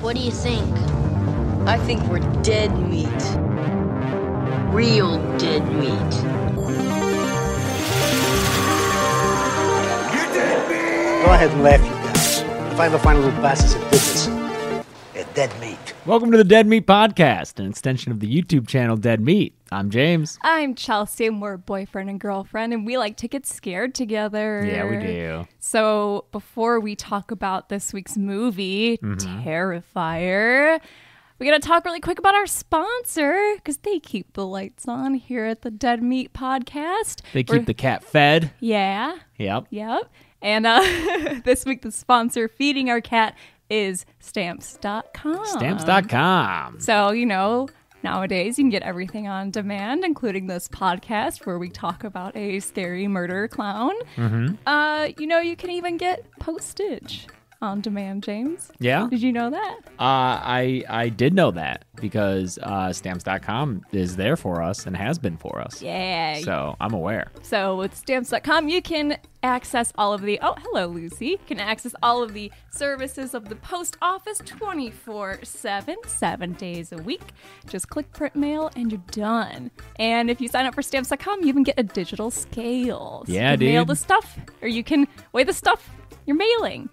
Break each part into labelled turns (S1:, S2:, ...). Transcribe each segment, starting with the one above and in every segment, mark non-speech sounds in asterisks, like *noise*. S1: What do you think?
S2: I think we're dead meat. Real dead meat.
S3: Go ahead and laugh, you guys. If I ever find a little bastard that did this, they're dead meat.
S4: Welcome to the Dead Meat Podcast, an extension of the YouTube channel Dead Meat. I'm James.
S5: I'm Chelsea, and we're a boyfriend and girlfriend, and we like to get scared together.
S4: Yeah, we do.
S5: So, before we talk about this week's movie,
S4: Mm-hmm.
S5: Terrifier, we got to talk really quick about our sponsor because they keep the lights on here at the Dead Meat Podcast.
S4: They keep
S5: We're-
S4: the cat fed.
S5: yeah,
S4: Yep.
S5: yep. And uh, *laughs* this week, the sponsor feeding our cat is stamps.com.
S4: Stamps.com.
S5: So, you know, nowadays you can get everything on demand, including this podcast where we talk about a scary murder clown.
S4: Mm-hmm.
S5: Uh, you know, you can even get postage on demand, James.
S4: Yeah.
S5: Did you know that?
S4: Uh, I I did know that because uh, stamps.com is there for us and has been for us.
S5: Yeah.
S4: So I'm aware.
S5: So with stamps.com, you can access all of the oh hello Lucy. You can access all of the services of the post office 24/7, 7 days a week. Just click print mail and you're done. And if you sign up for stamps.com, you even get a digital scale. So
S4: Yeah,
S5: you can mail
S4: dude.
S5: the stuff or you can weigh the stuff you're mailing.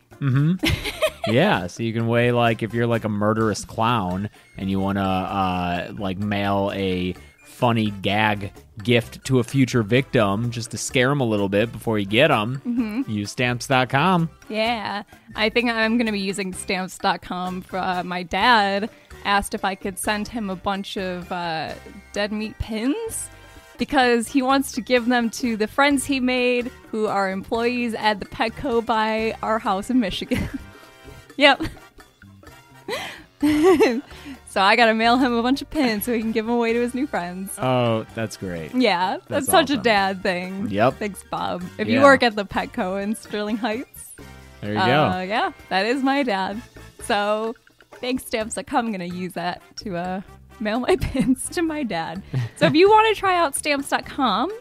S4: yeah. So you can weigh like if you're like a murderous clown and you want to uh, like mail a funny gag gift to a future victim just to scare them a little bit before you get them, use stamps.com.
S5: Yeah, I think I'm going to be using stamps.com. For, uh, my dad asked if I could send him a bunch of uh, dead meat pins because he wants to give them to the friends he made who are employees at the Petco by our house in Michigan. *laughs* yep. *laughs* so I got to mail him a bunch of pins so he can give them away to his new friends.
S4: Oh, that's great.
S5: Yeah,
S4: That's
S5: that's, such
S4: awesome.
S5: a dad thing.
S4: Yep.
S5: Thanks, Bob. If
S4: Yeah.
S5: you work at the Petco in Sterling Heights,
S4: There you
S5: uh,
S4: go.
S5: yeah, that is my dad. So thanks, Stamps.com. I'm going to use that to uh, mail my *laughs* pins to my dad. So if you want to try out Stamps.com,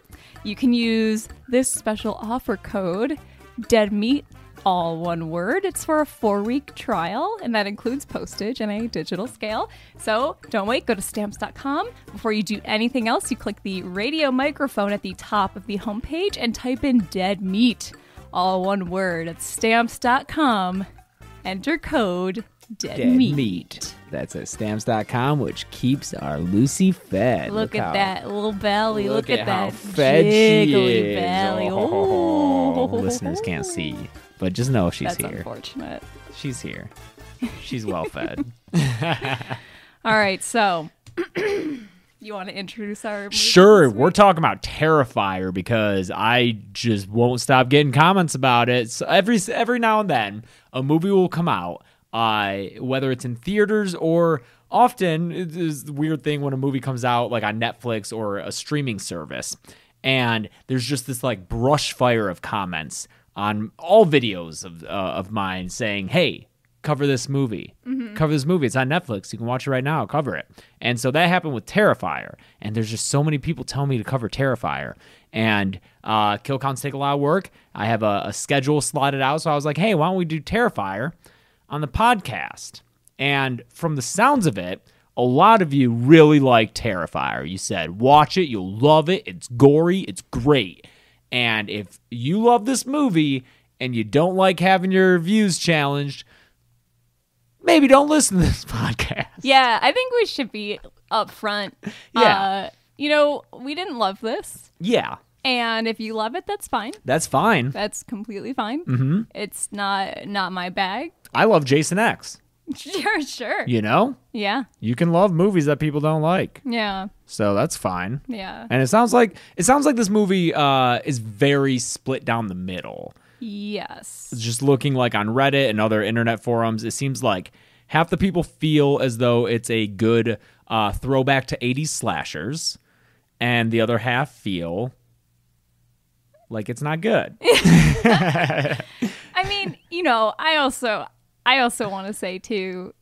S5: you can use this special offer code, Dead Meat, all one word. It's for a four week trial, and that includes postage and a digital scale. So don't wait, go to stamps.com. Before you do anything else, you click the radio microphone at the top of the homepage and type in dead meat, all one word. It's stamps.com. Enter code dead,
S4: Dead
S5: meat.
S4: meat. That's at stamps.com, which keeps our Lucy fed.
S5: Look, at
S4: how-
S5: that little belly. Look, at,
S4: how
S5: that
S4: fed she
S5: jiggly
S4: is.
S5: belly.
S4: Oh,
S5: Ooh.
S4: listeners can't see, but just know she's
S5: That's
S4: here.
S5: unfortunate.
S4: She's here. She's well
S5: *laughs*
S4: fed.
S5: All right, so *clears throat* you want to introduce our movie
S4: Sure,
S5: this
S4: we're
S5: week?
S4: talking about Terrifier because I just won't stop getting comments about it. So every every now and then, a movie will come out, uh, whether it's in theaters or often it is the weird thing when a movie comes out like on Netflix or a streaming service, and there's just this like brush fire of comments on all videos of uh, of mine saying, "Hey, cover this movie. Cover this movie. It's on Netflix. You can watch it right now. Cover it. And so that happened with Terrifier. And there's just so many people telling me to cover Terrifier. And uh, kill counts take a lot of work. I have a, a schedule slotted out. So I was like, hey, why don't we do Terrifier on the podcast? And from the sounds of it, a lot of you really like Terrifier. You said, watch it. You'll love it. It's gory. It's great. And if you love this movie and you don't like having your views challenged, maybe don't listen to this *laughs* podcast.
S5: Yeah, I think we should be upfront.
S4: *laughs* Yeah.
S5: Uh, you know, we didn't love this,
S4: Yeah,
S5: and if you love it, that's fine.
S4: that's fine.
S5: That's completely fine. Mm-hmm. It's not not my bag.
S4: I love Jason X.
S5: *laughs* sure, sure.
S4: You know,
S5: Yeah,
S4: you can love movies that people don't like,
S5: yeah,
S4: so that's fine.
S5: yeah,
S4: And it sounds like it sounds like this movie uh, is very split down the middle.
S5: yes.
S4: just looking like on Reddit and other internet forums, it seems like half the people feel as though it's a good uh, throwback to 80s slashers, and the other half feel like it's not good.
S5: *laughs* I mean, you know, I also I also want to say too,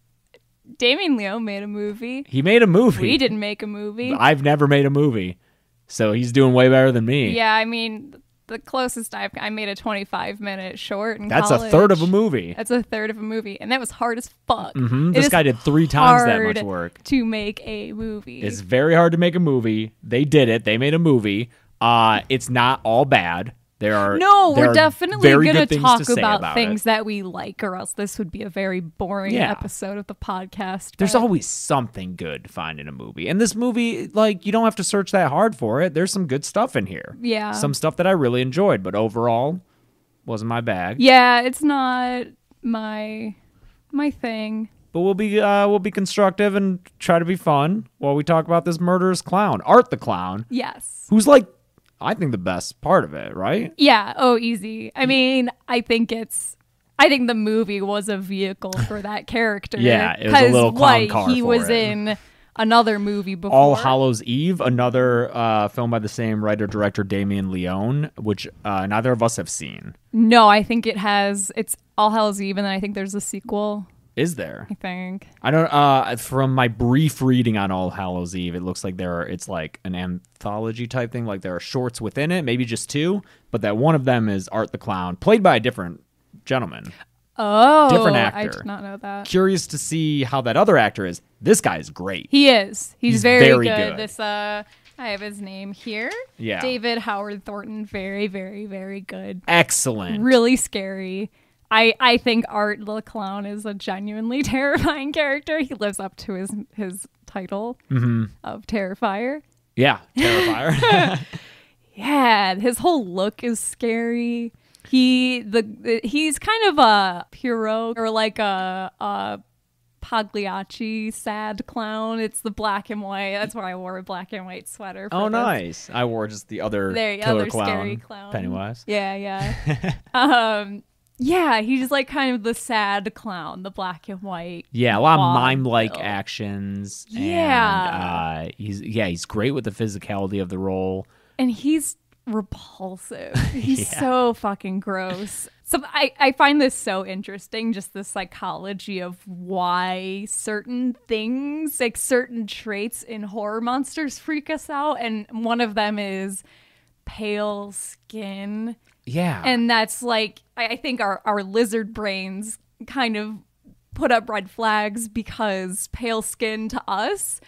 S5: Damien Leo made a movie.
S4: He made a movie. *laughs*
S5: We didn't make a movie.
S4: I've never made a movie, so he's doing way better than me.
S5: Yeah, I mean, the closest I've I made a 25 minute short. In
S4: That's
S5: college.
S4: a third of a movie.
S5: That's a third of a movie, and that was hard as fuck.
S4: Mhm.
S5: It
S4: This
S5: is
S4: guy did three times that much
S5: hard
S4: work.
S5: to make a movie.
S4: It's very hard to make a movie. They did it. They made a movie. Uh, it's not all bad. There are
S5: no,
S4: there
S5: we're
S4: are
S5: definitely
S4: very
S5: gonna
S4: good things
S5: talk
S4: to say
S5: about,
S4: about it.
S5: things that we like, or else this would be a very boring
S4: Yeah.
S5: episode of the podcast.
S4: There's
S5: but-
S4: always something good to find in a movie. And this movie, like, you don't have to search that hard for it. There's some good stuff in here.
S5: Yeah.
S4: Some stuff that I really enjoyed, but overall, wasn't my bag.
S5: yeah, it's not my my thing.
S4: But we'll be uh, we'll be constructive and try to be fun while we talk about this murderous clown, Art the clown,
S5: Yes.
S4: who's like, I think the best part of it, right?
S5: Yeah. Oh, easy. I mean, I think it's. I think the movie was a vehicle
S4: *laughs*
S5: for that character.
S4: Yeah, it was a little
S5: 'cause,
S4: clown
S5: like,
S4: car
S5: He
S4: for
S5: was
S4: it.
S5: in another movie before.
S4: All Hallows Eve, another uh, film by the same writer director Damien Leone, which uh, neither of us have seen.
S5: No, I think it has. It's All Hell's Eve, and then I think there's a sequel.
S4: Is there?
S5: I think.
S4: I don't. Uh, from my brief reading on All Hallows Eve, it looks like there are. It's like an anthology type thing. Like there are shorts within it, maybe just two, but that one of them is Art the Clown, played by a different gentleman.
S5: Oh,
S4: Different
S5: I
S4: actor.
S5: did not know that.
S4: Curious to see how that other actor is. This guy is great.
S5: He is. He's,
S4: He's
S5: very,
S4: very
S5: good.
S4: good.
S5: This uh I have his name here.
S4: Yeah.
S5: David Howard Thornton. Very, very, very good.
S4: Excellent.
S5: Really scary. I, I think Art the Clown is a genuinely *laughs* terrifying character. He lives up to his his title of Terrifier.
S4: Yeah.
S5: *laughs*
S4: Terrifier.
S5: Yeah, his whole look is scary. He the he's kind of a Pierrot or like a a Pagliacci sad clown. It's the black and white. That's why I wore a black and white sweater. For
S4: oh,
S5: this.
S4: nice. I wore just the other
S5: There, you go,
S4: killer
S5: other
S4: clown,
S5: scary clown.
S4: Pennywise.
S5: Yeah, yeah.
S4: *laughs*
S5: um, yeah, he's like kind of the sad clown, the black and white.
S4: Yeah, a lot of
S5: Bob
S4: mime-like
S5: Dylan.
S4: actions.
S5: Yeah.
S4: and, uh, he's yeah, he's great with the physicality of the role.
S5: and he's repulsive. He's so fucking gross. So I, I find this so interesting, just the psychology of why certain things, like certain traits in horror monsters freak us out. And one of them is pale skin.
S4: Yeah,
S5: And that's like I, I think our, our lizard brains kind of put up red flags because pale skin to us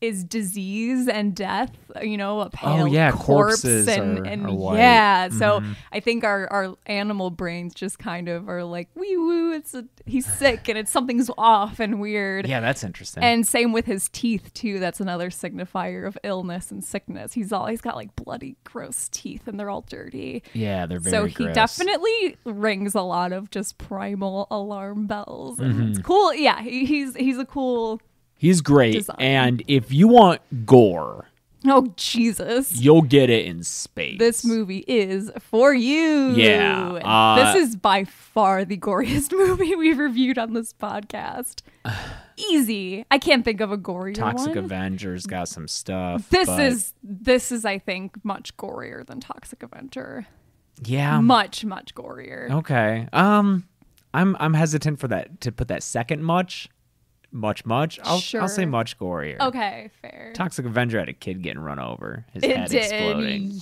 S5: is disease and death. You know, a pale
S4: Oh, yeah,
S5: corpse
S4: corpses
S5: and,
S4: are-
S5: and
S4: are white. Mm-hmm.
S5: yeah. So I think our, our animal brains just kind of are like, wee woo, it's a, he's sick and it's something's off and weird.
S4: yeah, that's interesting.
S5: And same with his teeth too. That's another signifier of illness and sickness. He's all he's got like bloody, gross teeth, and they're all dirty
S4: yeah, they're very.
S5: so he
S4: gross.
S5: definitely rings a lot of just primal alarm bells and
S4: Mm-hmm.
S5: it's cool yeah he, he's he's a cool
S4: he's great.
S5: design.
S4: And if you want gore,
S5: oh jesus
S4: you'll get it in space.
S5: this movie is for you
S4: Yeah, uh,
S5: this is by far the goriest *laughs* movie we've reviewed on
S4: *sighs*
S5: this podcast easy i can't think of a gorier
S4: Toxic
S5: one
S4: Avengers got some stuff.
S5: this
S4: but-
S5: is this is i think much gorier than toxic avenger
S4: yeah.
S5: much much gorier
S4: okay. Um, I'm I'm hesitant for that to put that second much, much much. I'll I'll say
S5: Sure.
S4: much gorier.
S5: okay fair
S4: Toxic Avenger had a kid getting run over, his
S5: It
S4: head
S5: did,
S4: exploding.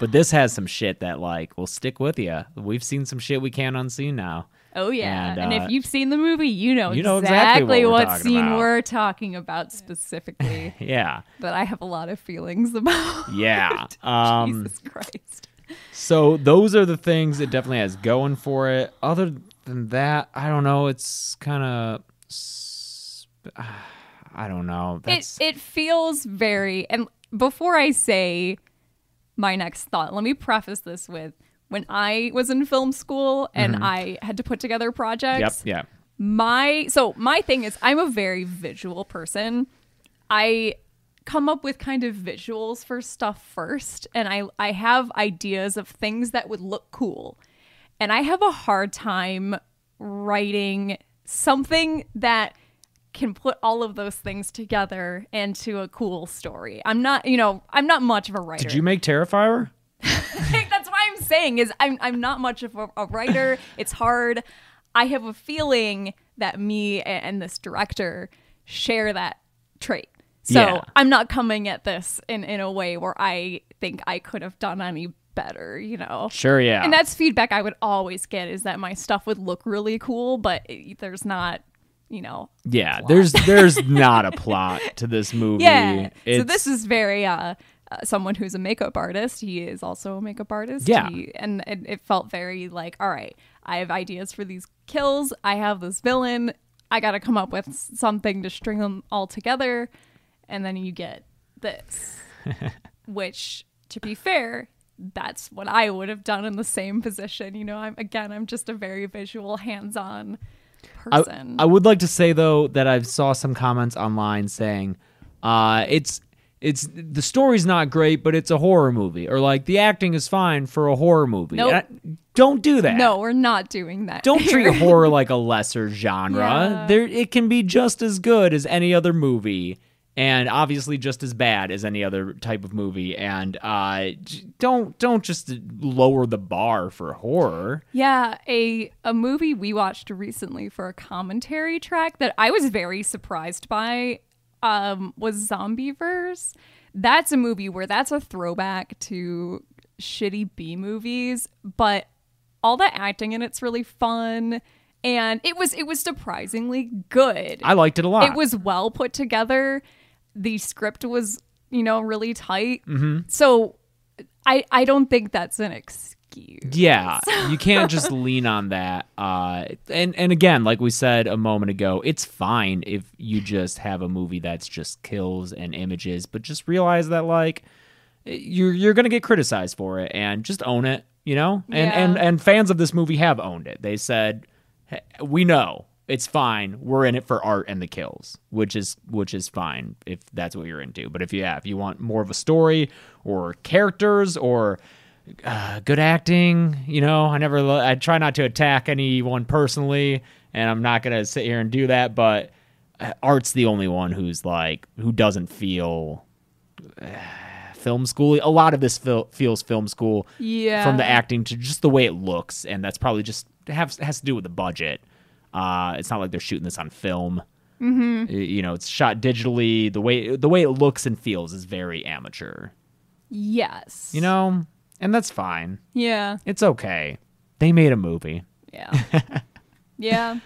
S4: But this has some shit that like will stick with you. We've seen some shit we can't unsee now.
S5: Oh yeah,
S4: And,
S5: and,
S4: uh,
S5: if you've seen the movie, you know,
S4: you know exactly
S5: exactly,
S4: what we're
S5: what,
S4: talking
S5: scene
S4: about.
S5: we're talking about
S4: *laughs*
S5: specifically.
S4: Yeah,
S5: but I have a lot of feelings about.
S4: yeah. um,
S5: *laughs* Jesus Christ.
S4: so those are the things it definitely has going for it. Other than that, I don't know. It's kind of, *sighs* I don't know.
S5: It
S4: That's
S5: it feels very. And before I say my next thought, let me preface this with when I was in film school and I had to put together projects.
S4: Mm-hmm. yep, yeah.
S5: my so my thing is i'm a very visual person i come up with kind of visuals for stuff first and i i have ideas of things that would look cool and i have a hard time writing something that can put all of those things together into a cool story i'm not you know i'm not much of a writer
S4: Did you make Terrifier?
S5: think *laughs* that's why I'm saying is I'm I'm not much of a, a writer. It's hard. I have a feeling that me a- and this director share that trait. So
S4: Yeah.
S5: I'm not coming at this in, in a way where I think I could have done any better, you know.
S4: Sure, yeah.
S5: And that's feedback I would always get is that my stuff would look really cool, but it, there's not, you know.
S4: yeah, there's there's
S5: *laughs*
S4: not a plot to this movie.
S5: Yeah. So
S4: It's-
S5: this is very uh, uh, someone who's a makeup artist. He is also a makeup artist.
S4: Yeah.
S5: He- and it, it felt very like, all right, I have ideas for these kills. I have this villain. I got to come up with s- something to string them all together, and then you get
S4: *laughs*
S5: this, which, to be fair. That's what I would have done in the same position. You know, I'm again, I'm just a very visual, hands-on
S4: I,
S5: person.
S4: I would like to say though that I saw some comments online saying, uh, it's it's the story's not great, but it's a horror movie, or like the acting is fine for a horror movie.
S5: Nope.
S4: And I- don't do that.
S5: no, we're not doing that.
S4: Don't
S5: here. *laughs*
S4: treat horror like a lesser genre.
S5: Yeah.
S4: There, it can be just as good as any other movie, and obviously just as bad as any other type of movie. And uh, j- don't don't just lower the bar for horror.
S5: Yeah, a a movie we watched recently for a commentary track that I was very surprised by um, was Zombieverse. That's a movie where that's a throwback to shitty B movies, but all the acting in it's really fun, and it was it was surprisingly good.
S4: I liked it a lot.
S5: It was well put together. The script was, you know, really tight.
S4: Mm-hmm.
S5: So, I I don't think that's an excuse. *laughs*
S4: Yeah, you can't just lean on that. Uh, and and again, like we said a moment ago, it's fine if you just have a movie that's just kills and images, but just realize that like you're you're gonna get criticized for it, and just own it. You know, and
S5: Yeah.
S4: and and fans of this movie have owned it. They said, "Hey, "We know it's fine. We're in it for art and the kills," which is which is fine if that's what you're into. But if you yeah, if you want more of a story or characters or uh, good acting. You know, I never, lo- I try not to attack anyone personally, and I'm not gonna sit here and do that. But uh, Art's the only one who's like, who doesn't feel uh, film school. A lot of this feel, feels film school,
S5: Yeah.
S4: from the acting to just the way it looks, and that's probably just has has to do with the budget. Uh, it's not like they're shooting this on film. Mm-hmm. You know, it's shot digitally. The way the way it looks and feels is very amateur.
S5: Yes.
S4: You know, and that's fine.
S5: Yeah.
S4: It's okay. They made a movie.
S5: Yeah.
S4: *laughs*
S5: yeah.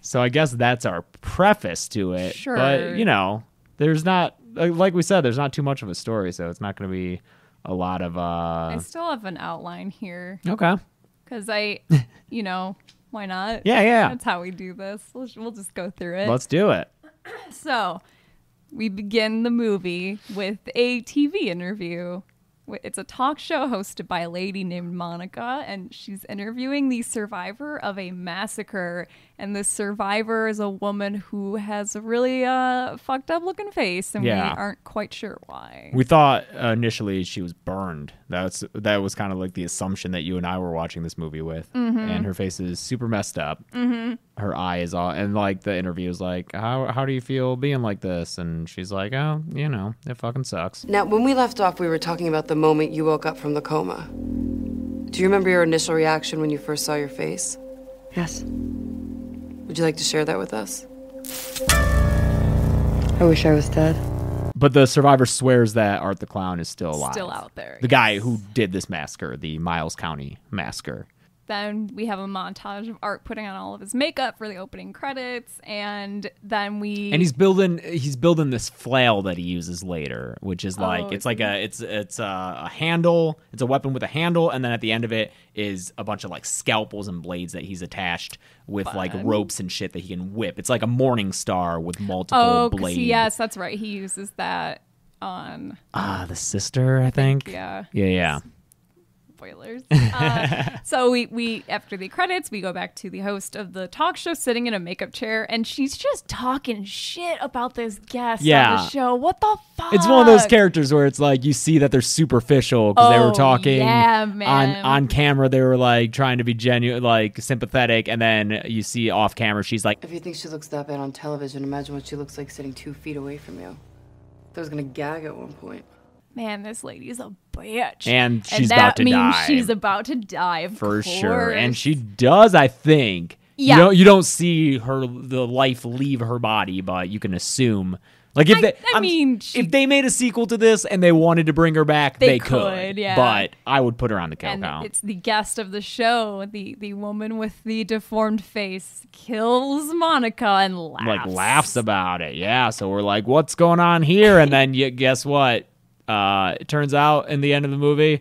S4: So I guess that's our preface to it.
S5: Sure.
S4: But, you know, there's not, like we said, there's not too much of a story. So it's not going to be a lot of,
S5: I
S4: uh,
S5: still have an outline here
S4: okay. *laughs*
S5: because I, you know, why not?
S4: Yeah, yeah.
S5: That's how we do this. We'll, we'll just go through it.
S4: Let's do it.
S5: so we begin the movie with a TV interview. Wh- It's a talk show hosted by a lady named Monica, and she's interviewing the survivor of a massacre. And this survivor is a woman who has a really uh, fucked up looking face, and
S4: Yeah.
S5: we aren't quite sure why.
S4: We thought uh, initially she was burned. That's that was kind of like the assumption that you and I were watching this movie with. And her face is super messed up. Mm-hmm. Her eye is all, and like the interview is like, "How how do you feel being like this?" And she's like, "Oh, you know, it fucking sucks."
S1: Now, when we left off, we were talking about the moment you woke up from the coma. Do you remember your initial reaction when you first saw your face?
S6: Yes.
S1: Would you like to share that with us?
S6: I wish I was dead.
S4: But the survivor swears that Art the Clown is still alive.
S5: Still out there.
S4: The guy who did this massacre, the Miles County massacre.
S5: Then we have a montage of Art putting on all of his makeup for the opening credits, and then we
S4: And he's building he's building this flail that he uses later, which is like
S5: Oh,
S4: it's like a it's it's a, a handle, it's a weapon with a handle and then at the end of it is a bunch of like scalpels and blades that he's attached with like ropes and shit that he can whip. It's like a morning star with multiple
S5: oh 'cause
S4: blades.
S5: he- yes, that's right. He uses that on
S4: Ah, the sister, I think.
S5: yeah
S4: Yeah, yeah. *laughs*
S5: spoilers. Uh, so we we after the credits we go back to the host of the talk show sitting in a makeup chair, and she's just talking shit about this guest on
S4: Yeah.
S5: the show. What the fuck?
S4: It's one of those characters where it's like you see that they're superficial because they
S5: Oh,
S4: were talking
S5: yeah,
S4: on
S5: man.
S4: on camera. They were like trying to be genuine, like sympathetic, and then you see off camera she's like,
S1: If you think she looks that bad on television, imagine what she looks like sitting two feet away from you. I was gonna gag at one point.
S5: Man, this lady's a bitch,
S4: And she's
S5: that
S4: about to
S5: means
S4: die.
S5: She's about to die of
S4: for sure, and
S5: course.
S4: she does. I think
S5: Yeah.
S4: you don't you don't see her the life leave her body, but you can assume Like if
S5: I-
S4: they,
S5: I mean, she-
S4: if they made a sequel to this and they wanted to bring her back,
S5: They
S4: they,
S5: could, yeah.
S4: But I would put her on the kill
S5: and
S4: count.
S5: it's the guest of the show. The the woman with the deformed face kills Monica and laughs.
S4: Like laughs about it. Yeah. So we're like, what's going on here? And then you guess what? Uh, it turns out in the end of the movie,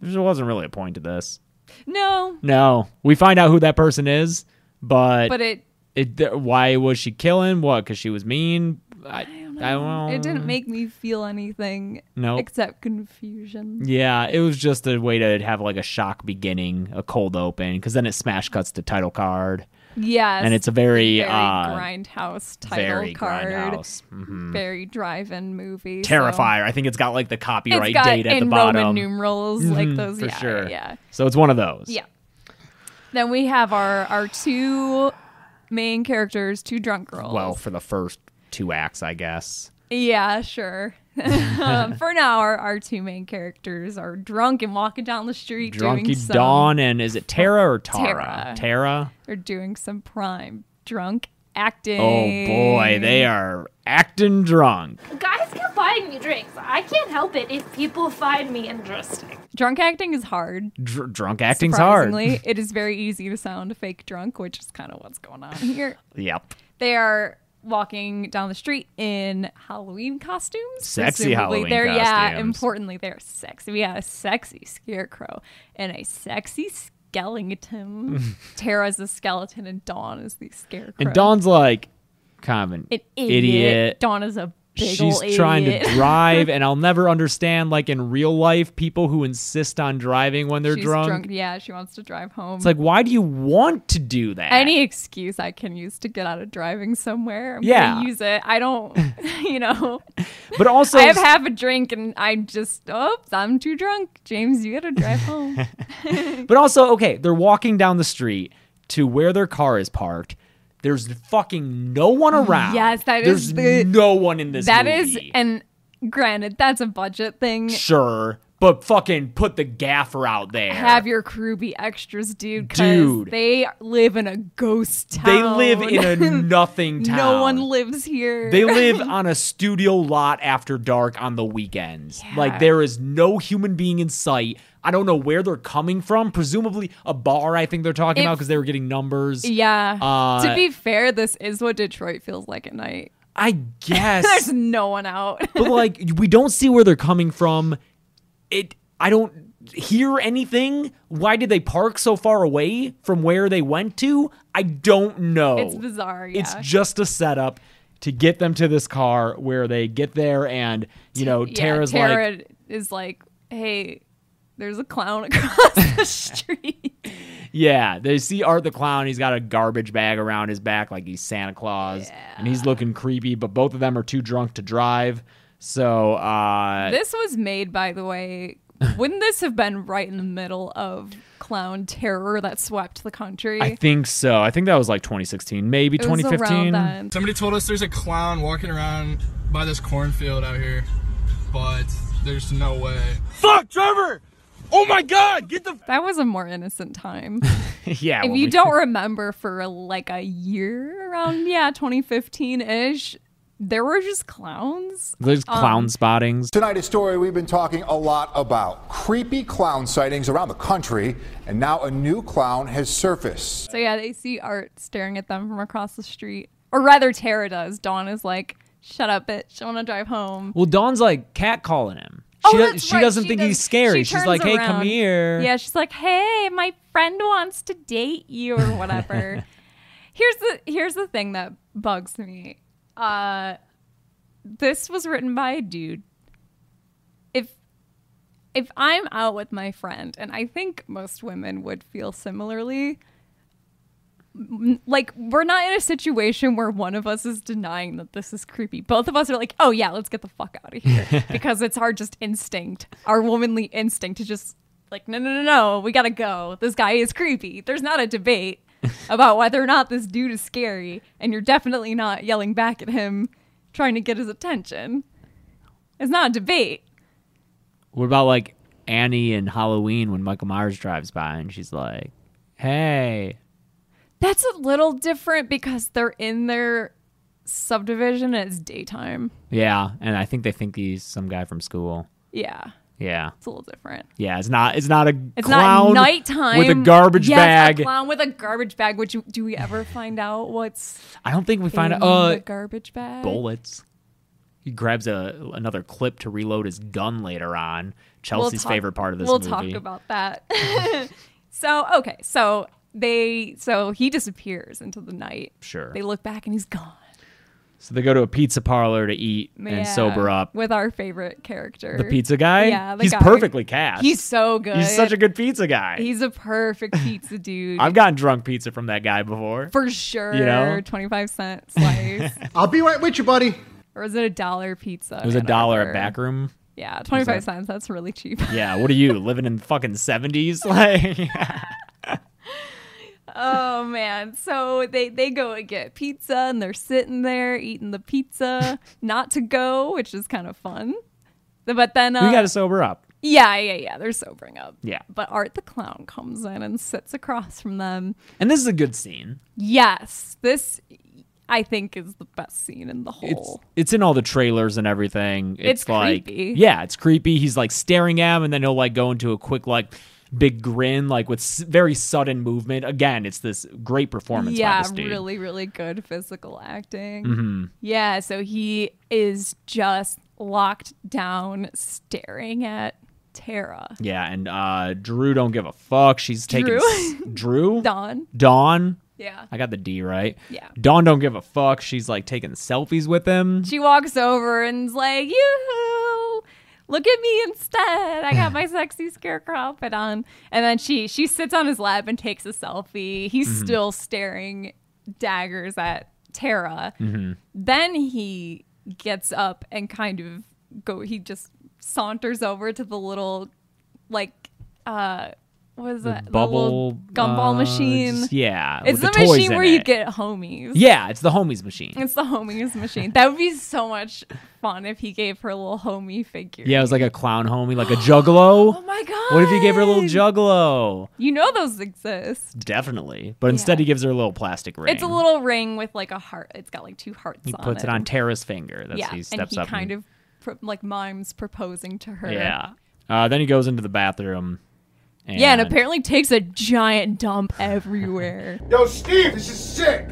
S4: there wasn't really a point to this.
S5: No,
S4: No, we find out who that person is, but
S5: but it
S4: it, th- why was she killing? What? Because she was mean. I, I don't know.
S5: it didn't make me feel anything.
S4: um, Nope.
S5: except confusion.
S4: Yeah, it was just a way to have like a shock beginning, a cold open, because then it smash cuts to title card,
S5: Yes,
S4: and it's a very,
S5: very
S4: uh,
S5: grindhouse title
S4: very
S5: card,
S4: grindhouse, mhm.
S5: very drive-in movie. so-
S4: Terrifier. I think it's got like the
S5: It's
S4: copyright
S5: got
S4: date at
S5: in
S4: the bottom
S5: Roman numerals like
S4: Mhm,
S5: those.
S4: for
S5: yeah,
S4: sure.
S5: yeah,
S4: So it's one of those.
S5: yeah. Then we have our our two main characters, two drunk girls.
S4: Well, for the first two acts, I guess. *laughs*
S5: Yeah, sure. *laughs* um, for now, our, our two main characters are drunk and walking down the street doing
S4: Drunky
S5: some.
S4: Dawn and is it
S5: *laughs*
S4: Tara or Tara?
S5: Tara.
S4: Tara.
S5: They're doing some prime drunk acting.
S4: Oh boy, they are acting drunk.
S7: Guys can buy me drinks. I can't help it if people find me interesting.
S5: drunk acting is hard.
S4: Dr- drunk acting's hard.
S5: Surprisingly, it is very easy to sound fake drunk, which is kind of what's going on here.
S4: *laughs* Yep.
S5: They are walking down the street in Halloween costumes.
S4: Sexy
S5: presumably.
S4: Halloween
S5: they're, Yeah,
S4: costumes.
S5: importantly, they're sexy. We had a sexy scarecrow and a sexy
S4: *laughs*
S5: skeleton. Tara's the skeleton and Dawn is the scarecrow.
S4: And Dawn's like kind of an,
S5: an idiot.
S4: idiot.
S5: Dawn is a big
S4: She's
S5: ol' idiot. *laughs*
S4: trying to drive, and I'll never understand, like in real life, people who insist on driving when they're
S5: She's
S4: drunk.
S5: Yeah, she wants to drive home.
S4: It's like, why do you want to do that?
S5: any excuse I can use to get out of driving somewhere, I'm
S4: Yeah.
S5: gonna use it. I don't, *laughs* you know,
S4: but also,
S5: *laughs* I have half a drink and I'm just, oops, I'm too drunk. James, you gotta drive home.
S4: but also, okay, they're walking down the street to where their car is parked. There's fucking no one around.
S5: Yes, that is
S4: There's
S5: the-
S4: no one in *laughs* this.
S5: that is,
S4: movie.
S5: and granted, that's a budget thing.
S4: sure, but fucking put the gaffer out there.
S5: Have your crew be extras, dude, 'cause
S4: Dude.
S5: they live in a ghost town.
S4: they live in
S5: *laughs*
S4: a nothing town.
S5: no one lives here.
S4: They live on a studio lot after dark on the weekends. Like there is no human being in sight. I don't know where they're coming from. Presumably a bar. I think they're talking
S5: If-
S4: about because they were getting numbers.
S5: *laughs* yeah.
S4: Uh,
S5: to be fair, this is what Detroit feels like at night. *laughs*
S4: I
S5: There's
S4: guess.
S5: no one out. *laughs*
S4: but like we don't see where they're coming from. It. I don't hear anything. Why did they park so far away from where they went to? I don't know.
S5: It's bizarre. Yeah.
S4: Oh, It's just a setup to get them to this car where they get there and you know
S5: Yeah,
S4: Tara's like
S5: Tara is like, hey, there's a clown *laughs*
S4: *laughs*
S5: across the street.
S4: Yeah, they see Art the clown. He's got a garbage bag around his back like he's Santa Claus, and he's looking creepy. But both of them are too drunk to drive. So uh,
S5: this was made, by the way. Wouldn't this have been right in the middle of clown terror that swept the country?
S4: I think so. I think that was like 2016, maybe
S5: it was around
S4: 2015.
S5: then.
S8: Somebody told us there's a clown walking around by this cornfield out here, but there's no way. Fuck, Trevor! Oh my god, get the
S5: That was a more innocent time.
S4: yeah,
S5: if
S4: when
S5: you
S4: we-
S5: don't remember, for like a year around, yeah, 2015 ish, there were just clowns.
S4: there's clown spottings.
S9: Tonight, a story we've been talking a lot about creepy clown sightings around the country, and now a new clown has surfaced.
S5: So yeah, they see Art staring at them from across the street. Or rather, Tara does. Dawn is like, shut up, bitch. I want to drive home.
S4: Well, Dawn's like catcalling him.
S5: Oh,
S4: She, does- she doesn't think he's scary. She's like, "Hey, come here."
S5: Yeah, she's like, hey, my friend wants to date you or
S4: *laughs*
S5: whatever. here's the here's the thing that bugs me. Uh, this was written by a dude. If if I'm out with my friend, and I think most women would feel similarly, m- like we're not in a situation where one of us is denying that this is creepy. Both of us are like, "Oh yeah, let's get the fuck out of here," because it's our just instinct, our womanly instinct to just like, "No, no, no, no, we gotta go. This guy is creepy." There's not a debate about whether or not this dude is scary, and you're definitely not yelling back at him, trying to get his attention. It's not a debate.
S4: What about like Annie and Halloween when Michael Myers drives by and she's like, "Hey."
S5: That's a little different because they're in their subdivision. and It's daytime.
S4: Yeah, and I think they think he's some guy from school.
S5: Yeah,
S4: Yeah,
S5: it's a little different.
S4: yeah. It's not. It's not a
S5: It's
S4: clown
S5: not nighttime
S4: with a garbage
S5: yes,
S4: bag.
S5: A clown with a garbage bag. Which you- do we ever find out what's
S4: I don't think we find
S5: in
S4: out. Uh,
S5: the garbage bag?
S4: bullets. He grabs a another clip to reload his gun later on.
S5: We'll
S4: Chelsea's
S5: talk-
S4: favorite part of this
S5: We'll
S4: movie.
S5: talk about that. *laughs* so okay, so they so he disappears into the night.
S4: Sure.
S5: They look back and he's gone.
S4: so they go to a pizza parlor to eat
S5: Yeah,
S4: and sober up.
S5: with our favorite character,
S4: The pizza guy.
S5: Yeah, the
S4: he's
S5: guy.
S4: perfectly cast.
S5: He's so good.
S4: He's such a good pizza guy.
S5: He's a perfect pizza dude.
S4: I've gotten drunk pizza from that guy before.
S5: for sure.
S4: You know?
S5: twenty five
S4: *laughs*
S5: cent slice,
S3: I'll be right with you, buddy.
S5: or was it a dollar pizza?
S4: It was a dollar at Backroom.
S5: Yeah, twenty five cents. That's really cheap.
S4: Yeah, what are
S5: *laughs*
S4: you living in the fucking seventies? *laughs* Like,
S5: Oh man. So they they go and get pizza and they're sitting there eating
S4: *laughs*
S5: the pizza, not to go, which is kind of fun. But then uh,
S4: we got to sober up.
S5: yeah, yeah, yeah, they're sobering up.
S4: Yeah.
S5: But Art the clown comes in and sits across from them.
S4: And this is a good scene.
S5: Yes, this I think is the best scene in the
S4: It's
S5: whole.
S4: it's in all the trailers and everything. It's,
S5: It's
S4: like
S5: creepy.
S4: yeah, it's creepy. He's like staring at him, and then he'll like go into a quick like big grin, like with s- very sudden movement. Again, it's this great performance. by
S5: yeah,
S4: this dude.
S5: really, really good physical acting.
S4: Mm-hmm.
S5: Yeah, so he is just locked down, staring at Tara.
S4: Yeah, and uh, Drew don't give a fuck. She's taking
S5: Drew?
S4: s-
S5: *laughs*
S4: Drew
S5: Dawn.
S4: Dawn.
S5: Yeah.
S4: I got the D right.
S5: Yeah.
S4: Dawn don't give a fuck. She's like taking selfies with him.
S5: She walks over and's like, "Yoo-hoo! Look at me instead!
S4: *laughs*
S5: I got my sexy scarecrow outfit on." And then she she sits on his lap and takes a selfie. He's
S4: Mm-hmm.
S5: still staring daggers at Tara.
S4: Mm-hmm.
S5: Then he gets up and kind of go. He just saunters over to the little like uh what is that?
S4: Bubble
S5: the little gumball
S4: uh,
S5: machine.
S4: just- yeah,
S5: It's the,
S4: with toys
S5: machine
S4: in
S5: where you
S4: it.
S5: get homies.
S4: Yeah, it's the homies machine.
S5: It's the homies machine. That would be so much fun if he gave her a little homie figure.
S4: Yeah, it was like a clown homie,
S5: *gasps*
S4: like a juggalo.
S5: Oh my god.
S4: What if he gave her a little juggalo?
S5: You know those exist.
S4: Definitely. But instead, he gives her a little plastic ring.
S5: It's a little ring with like a heart. It's got like two hearts.
S4: He puts it on Tara's finger. That's
S5: Yeah,
S4: he
S5: and
S4: steps
S5: he
S4: up.
S5: kind of pro- like mimes proposing to her.
S4: Yeah. Uh, then he goes into the bathroom. And
S5: Yeah, and apparently takes a giant dump everywhere.
S4: *laughs*
S10: Yo, Steve, this is sick.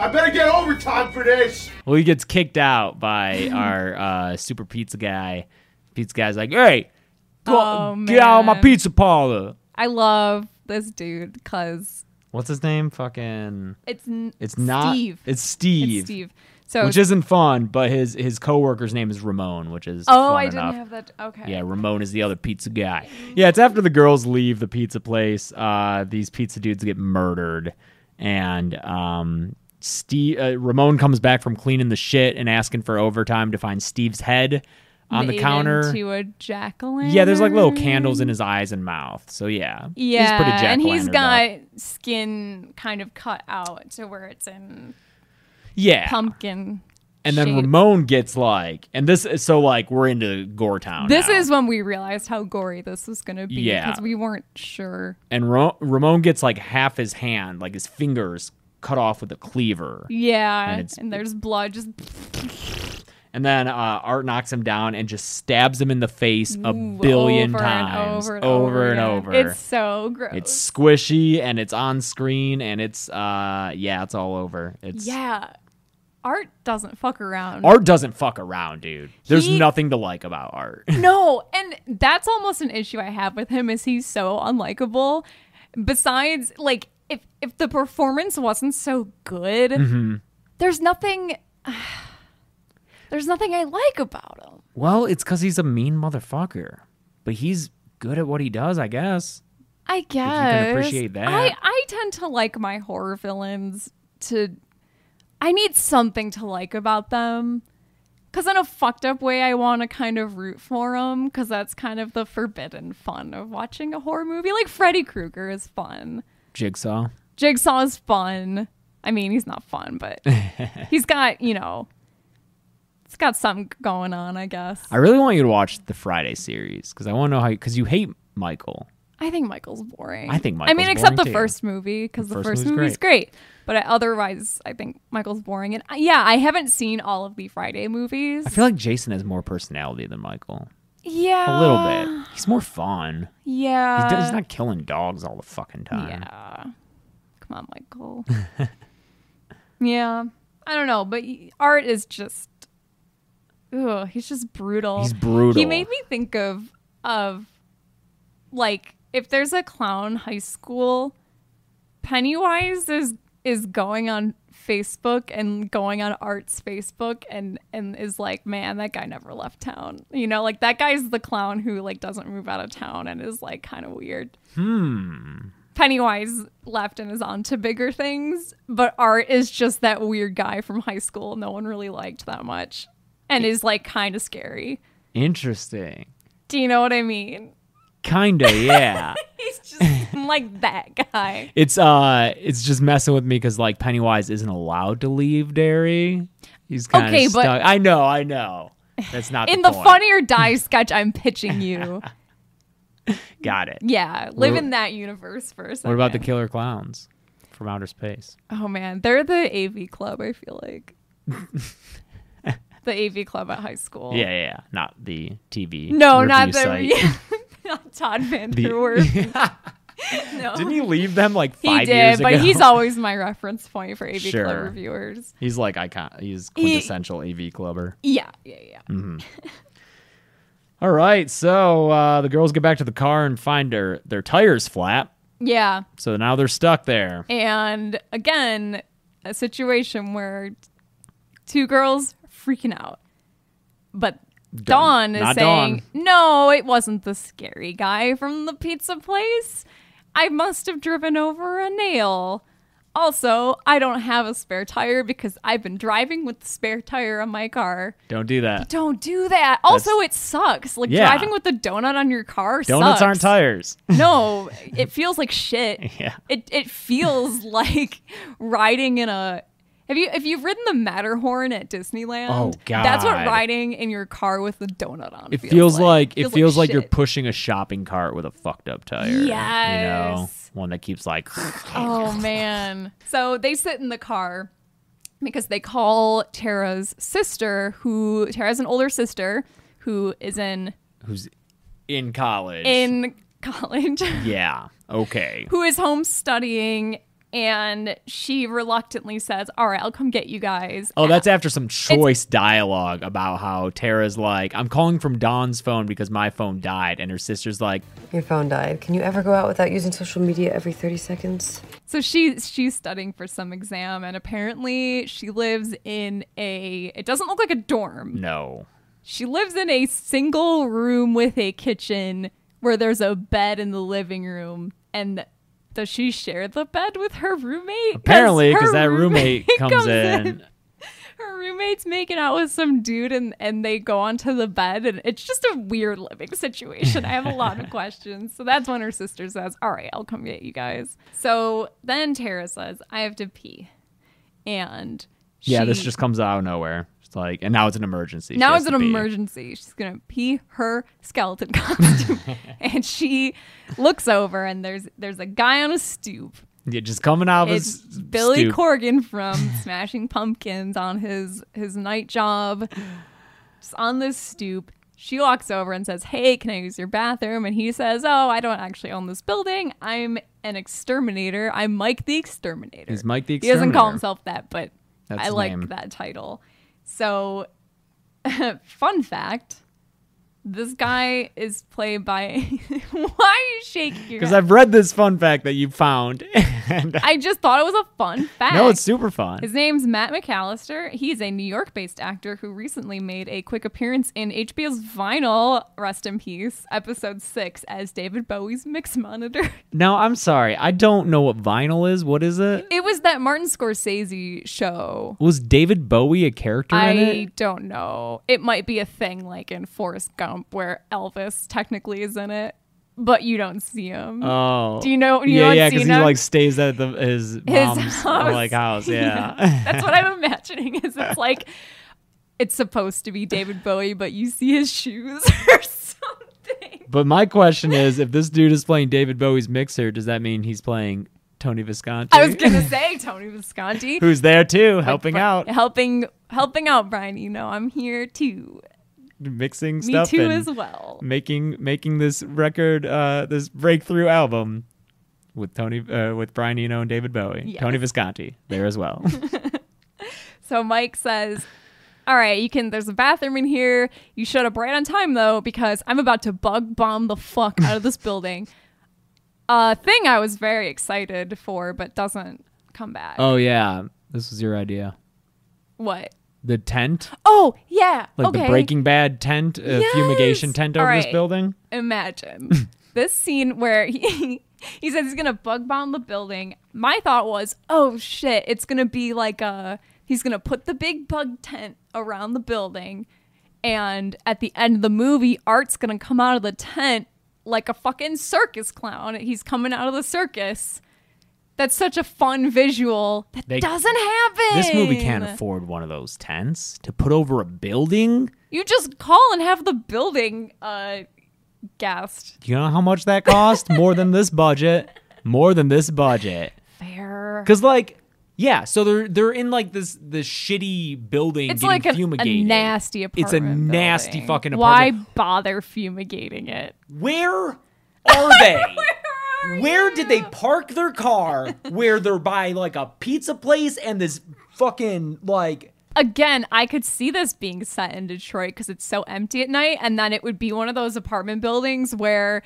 S10: I better get overtime for this.
S4: Well, he gets kicked out
S5: *laughs*
S4: by our uh, super pizza guy. Pizza guy's like, hey, go,
S5: Oh,
S4: get out of my
S5: man.
S4: pizza parlor.
S5: I love this dude because
S4: What's his name? Fucking.
S5: it's n-
S4: It's not.
S5: Steve.
S4: It's Steve.
S5: It's Steve. So
S4: Which isn't fun, but his his coworker's name is Ramon, which is
S5: oh,
S4: fun
S5: I didn't
S4: enough.
S5: have that. Okay.
S4: Yeah, Ramon is the other pizza guy. Yeah, it's after the girls leave the pizza place. Uh, these pizza dudes get murdered, and um, Steve uh, Ramon comes back from cleaning the shit and asking for overtime to find Steve's head on the
S5: Made
S4: counter.
S5: into a jack o' lantern.
S4: Yeah, there's like little candles in his eyes and mouth. So yeah,
S5: Yeah,
S4: he's pretty
S5: and he's
S4: jack-o'-lanterned
S5: got
S4: up.
S5: skin kind of cut out to where it's in
S4: yeah,
S5: pumpkin.
S4: and then
S5: shape.
S4: Ramon gets like, and this is so like we're into Gore Town.
S5: This
S4: now.
S5: is when we realized how gory this was going to be
S4: Yeah.
S5: because we weren't sure.
S4: and Ra- Ramon gets like half his hand, like his fingers cut off with a cleaver.
S5: Yeah,
S4: And
S5: and,
S4: it's-
S5: there's blood. Just
S4: And then uh, Art knocks him down and just stabs him in the face a billion
S5: over
S4: times,
S5: and over and
S4: over and
S5: again.
S4: over.
S5: It's so gross.
S4: It's squishy and it's on screen and it's uh yeah, it's all over. It's
S5: yeah, art doesn't fuck around.
S4: Art doesn't fuck around, dude. There's
S5: He-
S4: nothing to like about Art. *laughs*
S5: *laughs* No, and that's almost an issue I have with him is he's so unlikable. Besides, like if if the performance wasn't so good, there's nothing *sighs* there's nothing I like about him.
S4: well, it's cuz he's a mean motherfucker. But he's good at what he does, I guess.
S5: I guess
S4: appreciate that.
S5: I I tend to like my horror villains to I need something to like about them. Cause in a fucked up way, I want to kind of root for them. Cause that's kind of the forbidden fun of watching a horror movie. Like Freddy Krueger is fun.
S4: Jigsaw.
S5: Jigsaw is fun. I mean, he's not fun, but
S4: *laughs*
S5: he's got you know, it's got something going on. I guess.
S4: I really want you to watch the Friday series cuz I want to know how cuz you hate Michael.
S5: I think Michael's boring.
S4: I think
S5: I mean,
S4: Michael's boring
S5: except the
S4: too.
S5: first movie because the
S4: first
S5: first
S4: movie's
S5: movie's great. But I- otherwise, I think Michael's boring. And uh, yeah, I haven't seen all of the Friday movies.
S4: I feel like Jason has more personality than Michael.
S5: yeah,
S4: A little
S5: Ah.
S4: bit. He's more fun. He
S5: Yeah,
S4: does, he's not killing dogs all the fucking time.
S5: Uh, Yeah. Come on, Michael. *laughs* yeah. I don't know, but y- art is just ugh, he's just brutal.
S4: He's brutal.
S5: He made me think of of like if there's a clown high school, Pennywise is is going on Facebook and going on Art's Facebook and and is like, man, that guy never left town. You know, like that guy's the clown who like doesn't move out of town and is like kind of weird. Pennywise left and is on to bigger things, but Art is just that weird guy from high school no one really liked that much and is like kind of scary.
S4: Interesting.
S5: Do you know what I mean?
S4: Kinda, yeah.
S5: *laughs* He's *laughs* just like that guy.
S4: it's uh, it's just messing with me because like Pennywise isn't allowed to leave Derry. He's kind of
S5: Okay, but-
S4: stuck. I know, I know. That's
S5: *laughs*
S4: not
S5: In the
S4: point.
S5: Funny or Die *laughs* sketch, I'm pitching *laughs* you.
S4: Got
S5: *laughs*
S4: it.
S5: Yeah, live
S4: What-
S5: in that universe for a second.
S4: What about the killer clowns from outer space?
S5: Oh man, they're the AV club, I feel
S4: *laughs*
S5: like. the AV club at high school.
S4: Yeah, yeah, yeah. not the TV.
S5: Oh. No,
S4: review
S5: not the.
S4: site.
S5: *laughs* not Todd
S4: The-
S5: Vanderwerf. no.
S4: *laughs* Didn't he leave them like
S5: He
S4: five
S5: did,
S4: years
S5: but
S4: ago?
S5: he's always my reference point for AV Club
S4: Sure.
S5: reviewers.
S4: *laughs* He's like icon. He's
S5: He-
S4: quintessential AV clubber.
S5: Yeah, yeah, yeah.
S4: Mm. All right, so uh, the girls get back to the car and find their their tires flat.
S5: Yeah.
S4: So now they're stuck there.
S5: And again, a situation where two girls are freaking out. But Dawn is
S4: Not
S5: saying,
S4: Dawn.
S5: no, it wasn't the scary guy from the pizza place. I must have driven over a nail. Also, I don't have a spare tire because I've been driving with the spare tire on my car.
S4: Don't do that.
S5: Don't do that. also, it sucks. Like
S4: Yeah.
S5: driving with a donut on your car.
S4: Donuts
S5: sucks.
S4: aren't tires.
S5: No, *laughs* it feels like shit.
S4: *laughs* Yeah.
S5: It it feels *laughs* like riding in a. Have you if you've ridden the Matterhorn at Disneyland?
S4: Oh,
S5: That's what
S4: God.
S5: riding in your car with a donut on.
S4: It feels like, it
S5: Feels
S4: feels like, you're
S5: shit.
S4: pushing a shopping cart with a fucked up tire. You know,
S5: Yes.
S4: one that keeps like.
S5: Oh man. So they sit in the car because they call Tara's sister, who Tara's an older sister who is in
S4: *sighs* Who's in college?
S5: in college. *laughs*
S4: yeah. Okay.
S5: who is home studying and she reluctantly says, "All right, I'll come get you guys."
S4: Oh, that's after some choice dialogue about how Tara's like, I'm calling from Dawn's phone because my phone died. And her sister's like,
S6: Your phone died. Can you ever go out without using social media every 30 seconds?
S5: So she she's studying for some exam and apparently she lives in a it doesn't look like a dorm.
S4: no.
S5: She lives in a single room with a kitchen where there's a bed in the living room and does she share the bed with her roommate?
S4: Apparently,
S5: her
S4: because that
S5: *laughs*
S4: roommate comes, in.
S5: her roommate's making out with some dude and and they go onto the bed and it's just a weird living situation i have
S4: *laughs*
S5: a lot of questions so that's when her sister says all right i'll come get you guys so then tara says i have to pee and
S4: Yeah, this
S5: she-
S4: just comes out of nowhere. It's like, and now it's an emergency. She
S5: now
S4: has
S5: it's an
S4: to pee.
S5: emergency she's gonna pee her
S4: *laughs*
S5: skeleton *laughs* costume and she looks over and there's there's a guy on a stoop
S4: Yeah, just coming out of
S5: it's
S4: his
S5: Billy
S4: stoop. *laughs*
S5: Corgan from Smashing Pumpkins on his his night job. Just on this stoop, she walks over and says, "Hey, can I use your bathroom?" And he says, "Oh, I don't actually own this building. I'm an exterminator. I'm Mike the Exterminator."
S4: He's Mike the
S5: He doesn't call
S4: Exterminator.
S5: himself that, but
S4: That's
S5: I
S4: his
S5: like
S4: name.
S5: that title. So, *laughs* fun fact. This guy is played by. *laughs* Why are you shaking?
S4: *laughs*
S5: your
S4: Because
S5: head?
S4: I've read this fun fact that you found. *laughs* and
S5: I just thought it was a fun fact.
S4: no, it's super fun.
S5: His name's Matt McAllister. He's a New York based actor who recently made a quick appearance in HBO's Vinyl, Rest in Peace, episode six, as David Bowie's mix monitor. *laughs*
S4: Now, I'm sorry. I don't know what vinyl is. What is it?
S5: it was that Martin Scorsese show.
S4: Was David Bowie a character in
S5: I
S4: it?
S5: don't know. It might be a thing like in Forrest Gump where Elvis technically is in it, but you don't see him.
S4: Oh.
S5: Do you know- you
S4: yeah,
S5: don't
S4: yeah,
S5: see
S4: he
S5: him?
S4: like stays at the, his,
S5: *laughs*
S4: mom's uh, like house. yeah. *laughs*
S5: That's what I'm imagining is it's like it's supposed to be David Bowie, but you see his shoes *laughs* or something.
S4: But my question is, if this dude is playing David Bowie's mixer, does that mean he's playing Tony Visconti.
S5: I was gonna say Tony Visconti,
S4: *laughs* who's there too, helping out,
S5: helping helping out Brian. You know, I'm here too.
S4: mixing
S5: Me
S4: stuff,
S5: too
S4: and
S5: as well.
S4: making making this record, uh, this breakthrough album with Tony, uh, with Brian Eno and David Bowie.
S5: Yes.
S4: Tony Visconti there as
S5: *laughs*
S4: well.
S5: So Mike says, "All right, you can. There's a bathroom in here. You showed up right on time though, because I'm about to bug bomb the fuck out of this building. A thing I was very excited for, but doesn't come back.
S4: oh yeah, this was your idea.
S5: what?
S4: The tent,
S5: Oh yeah.
S4: like
S5: okay.
S4: the Breaking Bad tent, uh, fumigation
S5: Yes!
S4: tent
S5: All
S4: over this
S5: right.
S4: building. *laughs*
S5: imagine this scene where *laughs* he, he says he's gonna bug bomb the building. My thought was, oh shit, it's gonna be like a he's gonna put the big bug tent around the building, and at the end of the movie, Art's gonna come out of the tent like a fucking circus clown. He's coming out of the circus. That's such a fun visual. That
S4: They-
S5: doesn't happen.
S4: This movie can't afford one of those tents to put over a building.
S5: You just call and have the building uh gassed.
S4: You know how much that cost? More than this budget. More than this budget.
S5: Fair.
S4: Cause like, yeah. So they're they're in like this this shitty building.
S5: It's
S4: getting
S5: like an-
S4: fumigated.
S5: a nasty
S4: It's
S5: apartment.
S4: a nasty
S5: building.
S4: fucking
S5: Why
S4: apartment.
S5: bother fumigating it? *laughs*
S4: Where are they? Where did they park their car? Where they're by like a pizza place and this fucking like
S5: Again, I could see this being set in Detroit because it's so empty at night, and then it would be one of those apartment buildings where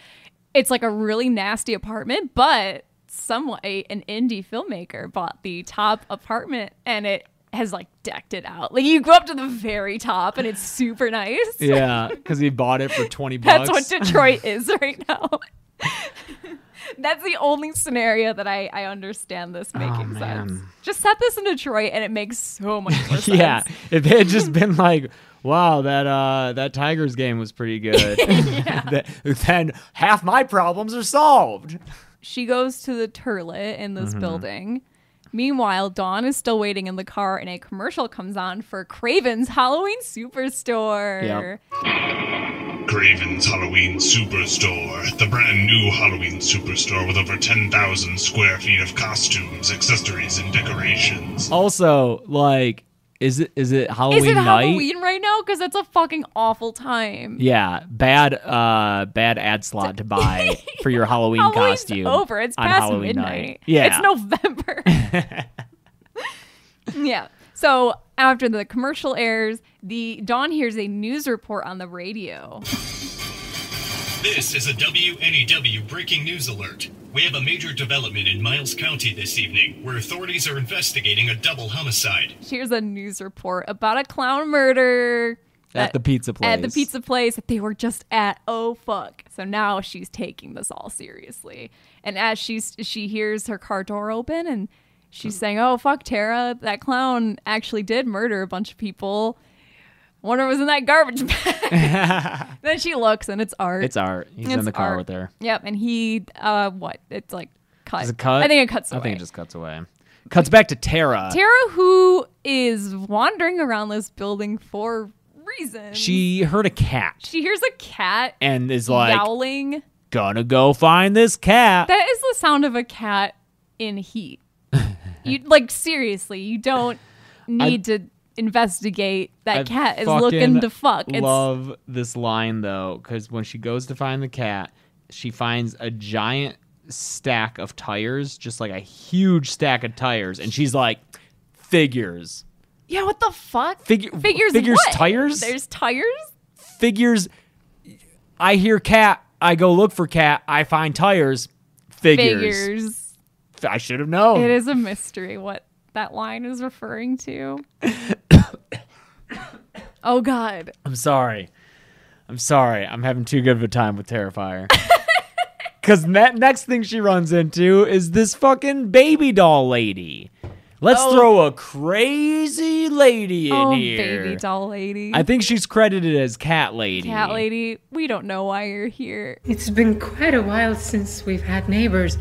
S5: it's like a really nasty apartment, but some a, an indie filmmaker bought the top apartment and it has like decked it out. Like you go up to the very top and it's super nice.
S4: yeah. Because he bought it for twenty
S5: *laughs* That's what
S4: *laughs*
S5: Detroit is right now. *laughs* That's the only scenario that I, I understand this making sense.
S4: Oh, man.
S5: Just set this in Detroit and it makes so much
S4: *laughs*
S5: more sense.
S4: Yeah, if they had
S5: *laughs*
S4: just been like, "Wow, that uh, that Tigers game was pretty
S5: *laughs*
S4: good," th- *laughs* then half my problems are solved.
S5: She goes to the turlet in
S4: Mm-hmm.
S5: this building. Meanwhile, Dawn is still waiting in the car and a commercial comes on for Craven's Halloween Superstore.
S11: Craven's Halloween Superstore, the brand new Halloween Superstore with over 10,000 square feet of costumes, accessories, and decorations.
S4: Also, like, is it is it Halloween
S5: Is it
S4: night?
S5: Halloween right now? Because it's a fucking awful time.
S4: Yeah, bad uh, bad ad slot to
S5: *laughs*
S4: buy for your Halloween
S5: Halloween's
S4: costume.
S5: over. It's
S4: on
S5: past
S4: Halloween
S5: midnight.
S4: night. Yeah, *laughs*
S5: It's November. yeah. So after the commercial airs, the Dawn hears a news report on the radio.
S11: This is a WNEW breaking news alert. We have a major development in Miles County this evening, where authorities are investigating a double homicide.
S5: She hears a news report about a clown murder
S4: at the pizza place.
S5: at the pizza place that they were just at. Oh fuck. So now she's taking this all seriously. And as she's she hears her car door open and
S4: Hmm.
S5: she's saying, "Oh fuck, Tara, that clown actually did murder a bunch of people." Wonder what was in that garbage bag.
S4: *laughs*
S5: then she looks and it's art.
S4: It's art. He's
S5: It's
S4: in the car
S5: Art.
S4: with her.
S5: Yep, and he uh what? It's like cut.
S4: Does it cut?
S5: I think it cuts
S4: I
S5: away.
S4: think it just cuts away. Cuts back to Tara.
S5: Tara who is wandering around this building for reasons.
S4: She heard a cat
S5: she hears a cat
S4: and is like,
S5: yowling.
S4: "Gonna go find this cat."
S5: That is the sound of a cat
S4: *laughs*
S5: in heat. you like seriously, you don't need to investigate. That
S4: I
S5: cat is
S4: fucking
S5: looking to fuck. It's
S4: love this line though, because when she goes to find the cat, she finds a giant stack of tires, just like a huge stack of tires, and she's like, "Figures,
S5: yeah, what the fuck?
S4: Figure-
S5: figures,
S4: figures
S5: what?
S4: tires?
S5: There's tires.
S4: figures." I hear cat. I go look for cat. I find tires. Figures. Oh.
S5: Figures.
S4: I should have known.
S5: It is a mystery what that line is
S4: *coughs*
S5: referring to. oh god.
S4: I'm sorry. I'm sorry. I'm having too good of a time with Terrifier. *laughs* Because that next thing she runs into is this fucking baby doll lady. Let's
S5: Oh.
S4: throw a crazy lady in
S5: Oh
S4: here.
S5: baby doll lady.
S4: I think she's credited as Cat Lady.
S5: Cat lady, we don't know why you're here.
S12: It's been quite a while since we've had neighbors.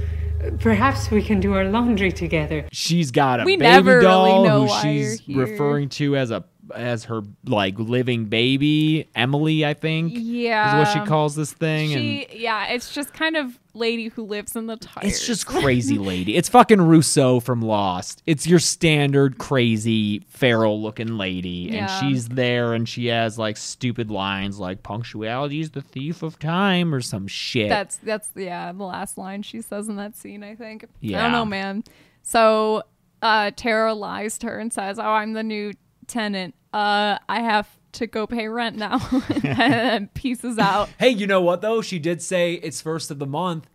S12: Perhaps we can do our laundry together.
S4: She's got a
S5: We
S4: baby
S5: never really
S4: doll
S5: know
S4: who
S5: why
S4: she's
S5: you're here.
S4: referring to as a as her like living baby, Emily, I think. Is what
S5: Yeah.
S4: she calls this thing. and
S5: She, yeah, it's just kind of lady who lives in the tires.
S4: It's just
S5: *laughs*
S4: crazy lady. It's fucking Rousseau from Lost. It's your standard crazy feral looking lady.
S5: Yeah.
S4: And she's there and she has like stupid lines like punctuality is the thief of time or some shit.
S5: That's that's yeah, the last line she says in that scene, I think. I
S4: Yeah.
S5: don't know, man. So uh Tara lies to her and says, Oh, I'm the new tenant. Uh I have to go pay rent
S4: *laughs*
S5: now *laughs* and pieces out.
S4: hey, you know what though? She did say it's first of the month.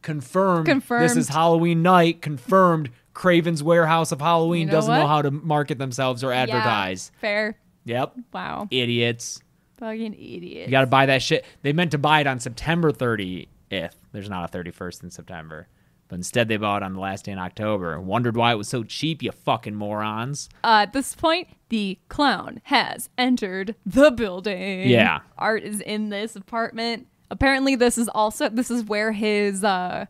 S4: Confirmed. This
S5: Confirmed.
S4: is Halloween night. Confirmed. Craven's Warehouse of Halloween
S5: You know
S4: doesn't know
S5: what?
S4: how to market themselves or
S5: Yeah,
S4: advertise.
S5: fair.
S4: Yep.
S5: Wow.
S4: Idiots.
S5: Fucking idiot.
S4: You got to buy that shit. They meant to buy it on September 30th. There's not a 31st in September. But instead, they bought it on the last day in October. Wondered why it was so cheap, you fucking morons.
S5: Uh, at this point, the clown has entered the building.
S4: Yeah.
S5: Art is in this apartment. Apparently, this is also this is where his uh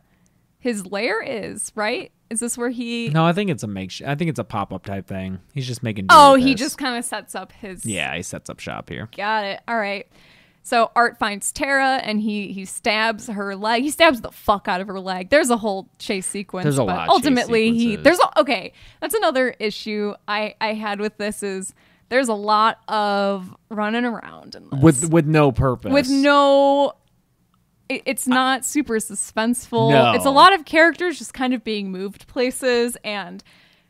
S5: his lair is, right? Is this where he?
S4: No, I think it's a makeshift. I think it's a pop up type thing. He's just making. do
S5: oh,
S4: with
S5: he
S4: this.
S5: just kind of sets up his.
S4: Yeah, he sets up shop here.
S5: Got it. All right. So Art finds Tara and he he stabs her leg. He stabs the fuck out of her leg. There's a whole chase sequence.
S4: There's a
S5: but
S4: lot of chase
S5: ultimately he
S4: sequences.
S5: there's a, okay. That's another issue I I had with this is there's a lot of running around and
S4: With with no purpose.
S5: with no. it- It's not super suspenseful.
S4: No.
S5: It's a lot of characters just kind of being moved places and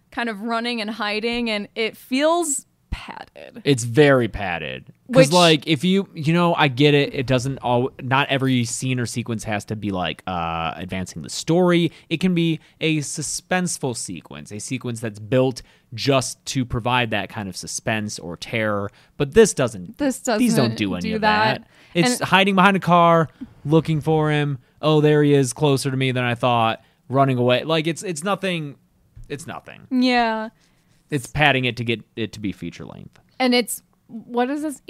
S5: kind of running and hiding, and it feels padded.
S4: It's very padded. Because
S5: Which-
S4: like if you you know I get it. It doesn't all. Not every scene or sequence has to be like uh advancing the story. It can be a suspenseful sequence, a sequence that's built just to provide that kind of suspense or terror. But this doesn't.
S5: This
S4: These don't
S5: doesn't
S4: do any
S5: do
S4: of that.
S5: that.
S4: It's
S5: And-
S4: hiding behind a car, looking for him. Oh, there he is, closer to me than I thought. Running away. Like it's it's nothing. It's nothing.
S5: Yeah.
S4: It's padding it to get it to be feature length.
S5: And it's what is this?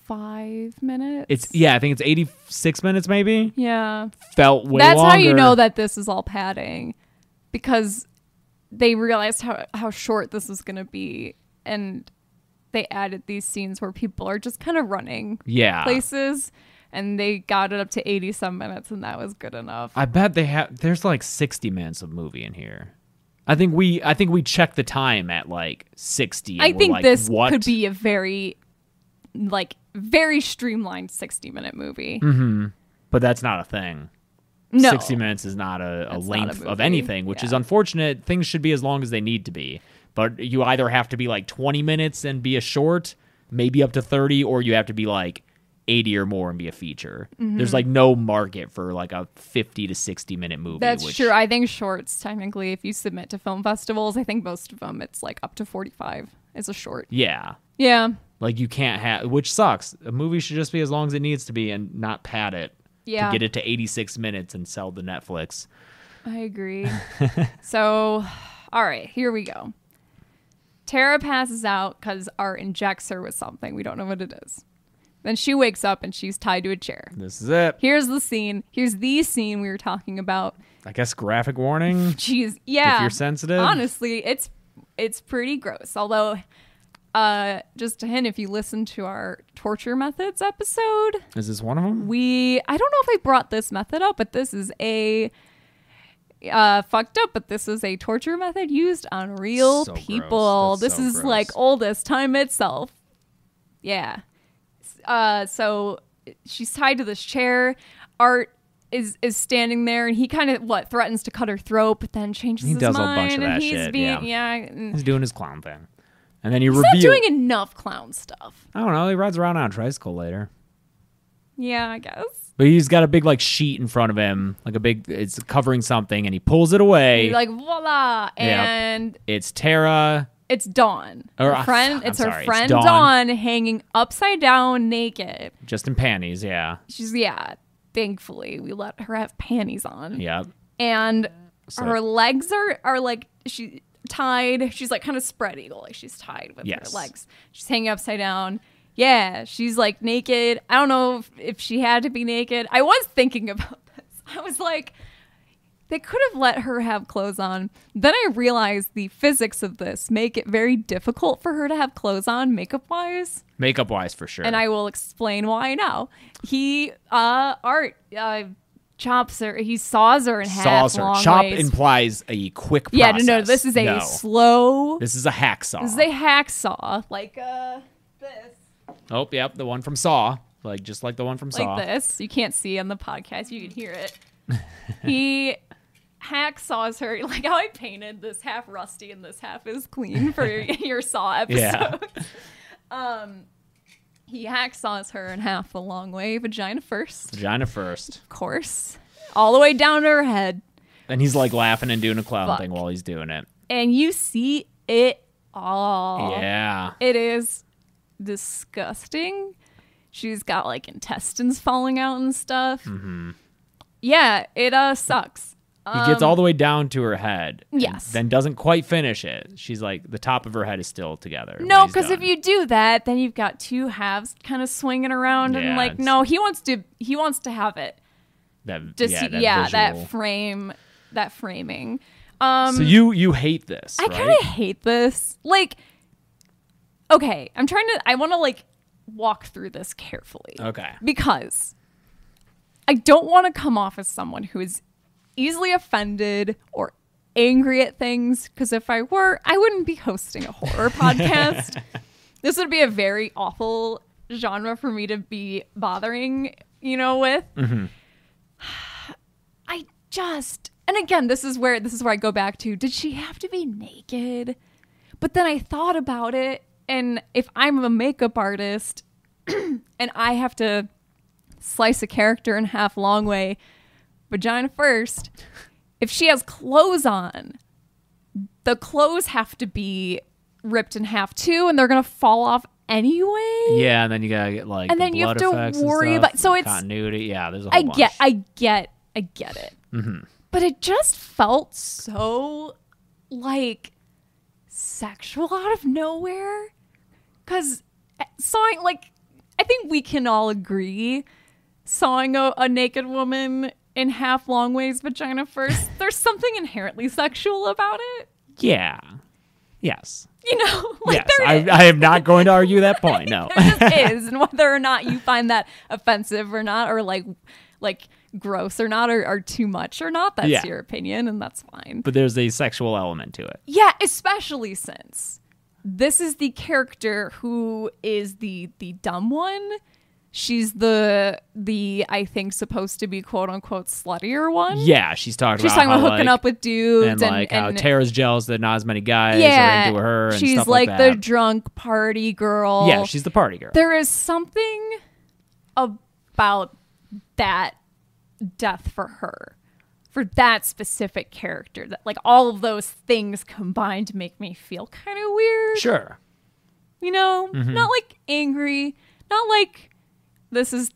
S5: Eighty-five minutes.
S4: It's yeah, I think it's 86 minutes maybe.
S5: yeah.
S4: Felt way
S5: That's how you
S4: longer.
S5: know that this is all padding, because they realized how how short this is going to be, and they added these scenes where people are just kind of running
S4: Yeah.
S5: places, and they got it up to eighty some minutes, and that was good enough.
S4: I bet they have there's like 60 minutes of movie in here. I think we I think we checked the time at like 60 and
S5: I
S4: we're
S5: think
S4: like,
S5: this
S4: what?
S5: could be a very, like, very streamlined sixty-minute movie.
S4: Mhm. But that's not a thing.
S5: No.
S4: 60 minutes is not a, a
S5: That's not
S4: length
S5: a
S4: of
S5: movie.
S4: anything, which is unfortunate. Things should be as long as they need to be. But you either have to be like 20 minutes and be a short, maybe up to 30, or you have to be like 80 or more and be a feature.
S5: Mhm.
S4: There's like no market for like a 50 to 60 minute movie.
S5: That's
S4: which
S5: true. I think shorts, technically, if you submit to film festivals, I think most of them it's like up to 45 is a short.
S4: Yeah.
S5: Yeah.
S4: Like you can't have, which sucks. A movie should just be as long as it needs to be and not pad it.
S5: Yeah.
S4: To get it to 86 minutes and sell to Netflix.
S5: I agree. so, all right, here we go. Tara passes out because Art injects her with something. We don't know what it is. Then she wakes up and she's tied to a chair.
S4: This is it.
S5: Here's the scene. Here's the scene we were talking about.
S4: I guess graphic warning.
S5: *laughs* Jeez, yeah.
S4: If you're sensitive.
S5: honestly, it's it's pretty gross. Although, uh, just a hint: if you listen to our torture methods episode,
S4: Is this one of them?
S5: we I don't know if I brought this method up, but this is a uh, fucked up. But this is a torture method used on real
S13: So gross.
S5: people.
S13: That's
S5: This
S13: so
S5: is
S13: gross.
S5: like old as time itself. Yeah. Uh, so she's tied to this chair. Art is is standing there, and he kind of what threatens to cut her throat, but then changes
S4: He
S5: his
S4: does a
S5: mind,
S4: bunch of
S5: and
S4: that
S5: he's
S4: shit,
S5: being
S4: yeah.
S5: and-
S4: He's doing his clown thing. And then he
S5: He's
S4: reveals.
S5: not doing enough clown stuff.
S4: I don't know. He rides around on a tricycle later.
S5: Yeah, I guess.
S4: But he's got a big like sheet in front of him, like a big it's covering something, and he pulls it away.
S5: He's like voila,
S4: Yeah.
S5: and
S4: it's Tara.
S5: It's Dawn.
S4: Or,
S5: her friend.
S4: I'm
S5: It's her
S4: sorry, it's
S5: friend
S4: Dawn.
S5: Dawn hanging upside down naked.
S4: Just in panties, yeah.
S5: She's yeah. Thankfully, we let her have panties on.
S4: Yep.
S5: And
S4: So-
S5: her legs are are like she tied. She's like kind of spread eagle, like she's tied with
S4: Yes.
S5: her legs. She's hanging upside down. Yeah, she's like naked. I don't know if, if she had to be naked. I was thinking *laughs* about this. I was like, they could have let her have clothes on. Then I realized the physics of this make it very difficult for her to have clothes on makeup wise.
S4: Makeup wise for sure.
S5: And I will explain why now. He, uh, Art, uh, chops her, he saws her in half.
S4: Saucer.
S5: long
S4: Chop
S5: ways.
S4: implies a quick process.
S5: Yeah, no, no, this is a
S4: No.
S5: slow.
S4: This is a hacksaw.
S5: This is a hacksaw, like uh,
S4: oh, yep, the one from Saw. Like just like the one from Saw.
S5: like this. You can't see on the podcast, you can hear it. he *laughs* hacksaws her, like how I painted this half rusty and this half is
S4: *laughs*
S5: clean for your, your saw episode.
S4: Yeah.
S5: *laughs* Um, he hacksaws her in half a long way, vagina first,
S4: Vagina first.
S5: of course, all the way down to her head,
S4: And he's like laughing and doing a clown
S5: Fuck.
S4: thing while he's doing it.
S5: and you see it all.
S4: Yeah.
S5: It is disgusting. She's got like intestines falling out and stuff.
S4: hmm
S5: Yeah, it uh sucks.
S4: He gets all the way down to her head. and
S5: Um, Yes.
S4: Then doesn't quite finish it. She's like the top of her head is still together. when
S5: No,
S4: he's
S5: because if
S4: done.
S5: you do that, then you've got two halves kind of swinging around
S4: Yeah,
S5: and like,
S4: it's-
S5: no, he wants to he wants to have it.
S4: that,
S5: Just
S4: yeah, that, visual.
S5: that frame that framing. Um
S4: so you you hate this.
S5: I
S4: right?
S5: kind of hate this. Like, okay, I'm trying to. I want to like walk through this carefully.
S4: Okay.
S5: Because I don't want to come off as someone who is easily offended or angry at things. Because if I were, I wouldn't be hosting a horror podcast. This would be a very awful genre for me to be bothering, you know, with.
S13: Mhm.
S5: I just and again, this is where this is where I go back to did she have to be naked? But then I thought about it and if I'm a makeup artist and I have to slice a character in half long way, vagina first, if she has clothes on, the clothes have to be ripped in half too and they're going to fall off anyway.
S4: Yeah, and then you gotta get like
S5: And
S4: the
S5: then you have
S4: blood
S5: to
S4: effects and
S5: worry
S4: stuff,
S5: about- so
S4: the
S5: it's-
S4: continuity. Yeah, there's a whole
S5: I get I get I get it.
S4: hmm
S5: but it just felt so like sexual out of nowhere because sawing like i think we can all agree sawing a, a naked woman in half long ways vagina first there's something inherently sexual about it
S4: Yeah. Yes.
S5: you know *laughs*
S4: yes. I, I am not going to argue that point. No. *laughs*
S5: it is and whether or not you find that offensive or not or like like gross or not or, or too much or not that's
S4: Yeah.
S5: your opinion and that's fine
S4: but there's a sexual element to it.
S5: Yeah, especially since this is the character who is the the dumb one. She's the the I think supposed to be quote unquote sluttier one.
S4: Yeah, she's talking
S5: She's
S4: about
S5: talking about
S4: how,
S5: hooking
S4: like-
S5: up with dudes
S4: and
S5: and-
S4: like how
S5: and-
S4: Tara's jealous that not as many guys are into her. And
S5: she's
S4: stuff
S5: like,
S4: like,
S5: the
S4: that.
S5: drunk party girl.
S4: yeah, she's the party girl.
S5: There is something about that death for her, for that specific character, that like all of those things combined make me feel kind of weird.
S4: Sure.
S5: You know,
S4: Mhm.
S5: not like angry, not like this is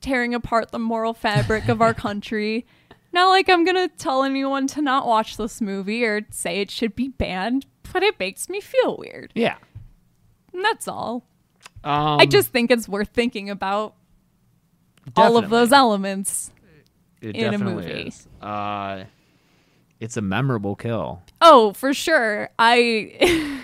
S5: tearing apart the moral fabric of our country. Not like I'm going to tell anyone to not watch this movie or say it should be banned, but it makes me feel weird.
S4: Yeah.
S5: And that's all.
S4: Um,
S5: I just think it's worth thinking about all of
S4: Definitely.
S5: those elements
S4: it
S5: in a
S4: definitely
S5: movie.
S4: is. Uh, it's a memorable
S5: *laughs*
S4: kill.
S5: Oh, for sure. I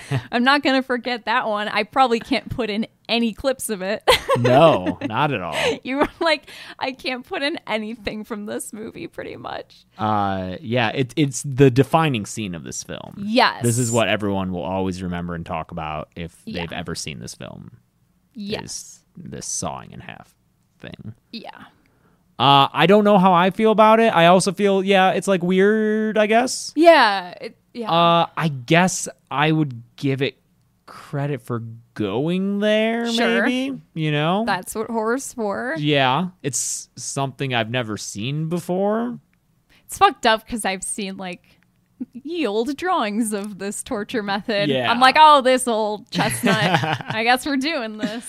S5: *laughs* I'm not going to forget that one. I probably can't put in any clips of it. *laughs*
S4: No, not at all.
S5: you were like I can't put in anything from this movie pretty much.
S4: Uh, yeah, it, it's the defining scene of this film.
S5: Yes.
S4: This is what everyone will always remember and talk about if
S5: Yeah.
S4: they've ever seen this film.
S5: Yes.
S4: Is this sawing in half thing.
S5: Yeah.
S4: Uh, I don't know how I feel about it. I also feel, yeah, it's like weird, I guess.
S5: Yeah, it, yeah.
S4: Uh, I guess I would give it credit for going there,
S5: Sure.
S4: maybe. You know?
S5: That's what horror's for.
S4: yeah. It's something I've never seen before.
S5: It's fucked up cuz I've seen like ye old drawings of this torture method.
S4: Yeah.
S5: I'm like, "Oh, this
S4: *laughs*
S5: old chestnut. I guess we're doing this."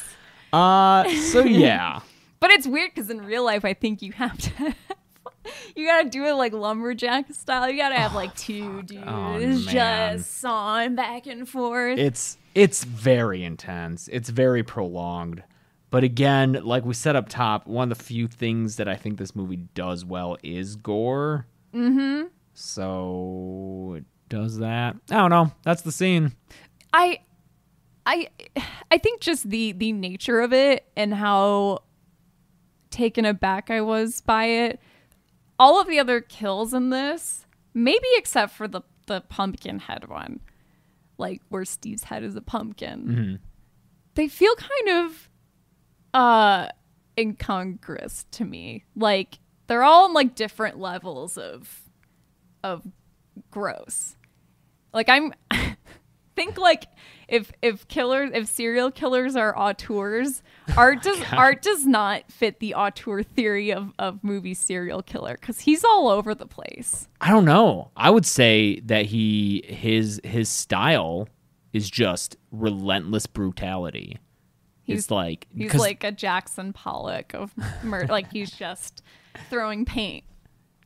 S4: Uh, so yeah.
S5: But it's weird because in real life, I think you have *laughs* to. you gotta do it like lumberjack style. You gotta have like two dudes
S4: Oh, man.
S5: just sawing back and forth.
S4: it's it's very intense. It's very prolonged. But again, like we said up top, one of the few things that I think this movie does well is gore.
S5: mm-hmm.
S4: So it does that. I don't know. That's the scene.
S5: I, I, I think just the the nature of it and how taken aback I was by it all of the other kills in this, maybe except for the the pumpkin head one, like where Steve's head is a pumpkin,
S4: Mhm.
S5: they feel kind of uh incongruous to me. Like they're all on like different levels of of gross. Like I'm think like if if killers if serial killers are
S4: *laughs*
S5: auteurs,
S4: Oh
S5: art does
S13: God.
S5: art does not fit the auteur theory of of movie serial killer because he's all over the place.
S4: I don't know. I would say that he his his style is just relentless brutality.
S5: He's-
S4: it's like
S5: He's
S4: 'cause-
S5: like a Jackson Pollock of
S4: *laughs*
S5: murder. like he's just throwing paint.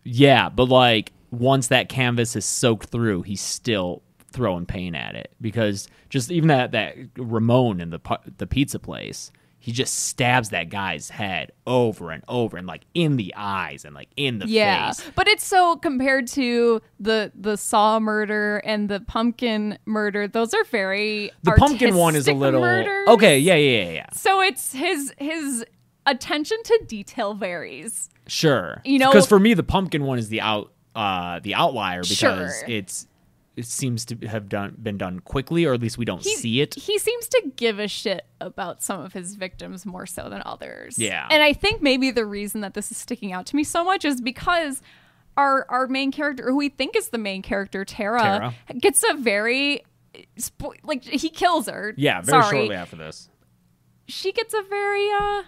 S4: yeah, but like once that canvas is soaked through, he's still throwing paint at it because just even that that Ramon in the pu- the pizza place, he just stabs that guy's head over and over and like in the eyes and like in the
S5: yeah,
S4: face.
S5: but it's so compared to the the saw murder and the pumpkin murder. Those are very
S4: The pumpkin one is a
S5: artistic
S4: little
S5: murders.
S4: okay. Yeah, yeah, yeah, yeah.
S5: So it's his his attention to detail varies.
S4: Sure.
S5: You know-
S4: because for me, the pumpkin one is the out uh the outlier because
S5: Sure.
S4: it's it seems to have done been done quickly, or at least we don't
S5: He-
S4: see it.
S5: He seems to give a shit about some of his victims more so than others.
S4: Yeah.
S5: And I think maybe the reason that this is sticking out to me so much is because our our main character, who we think is the main character, Tara,
S4: Tara.
S5: gets a very spo- like he kills her.
S4: Yeah, very
S5: Sorry.
S4: shortly after this.
S5: She gets a very uh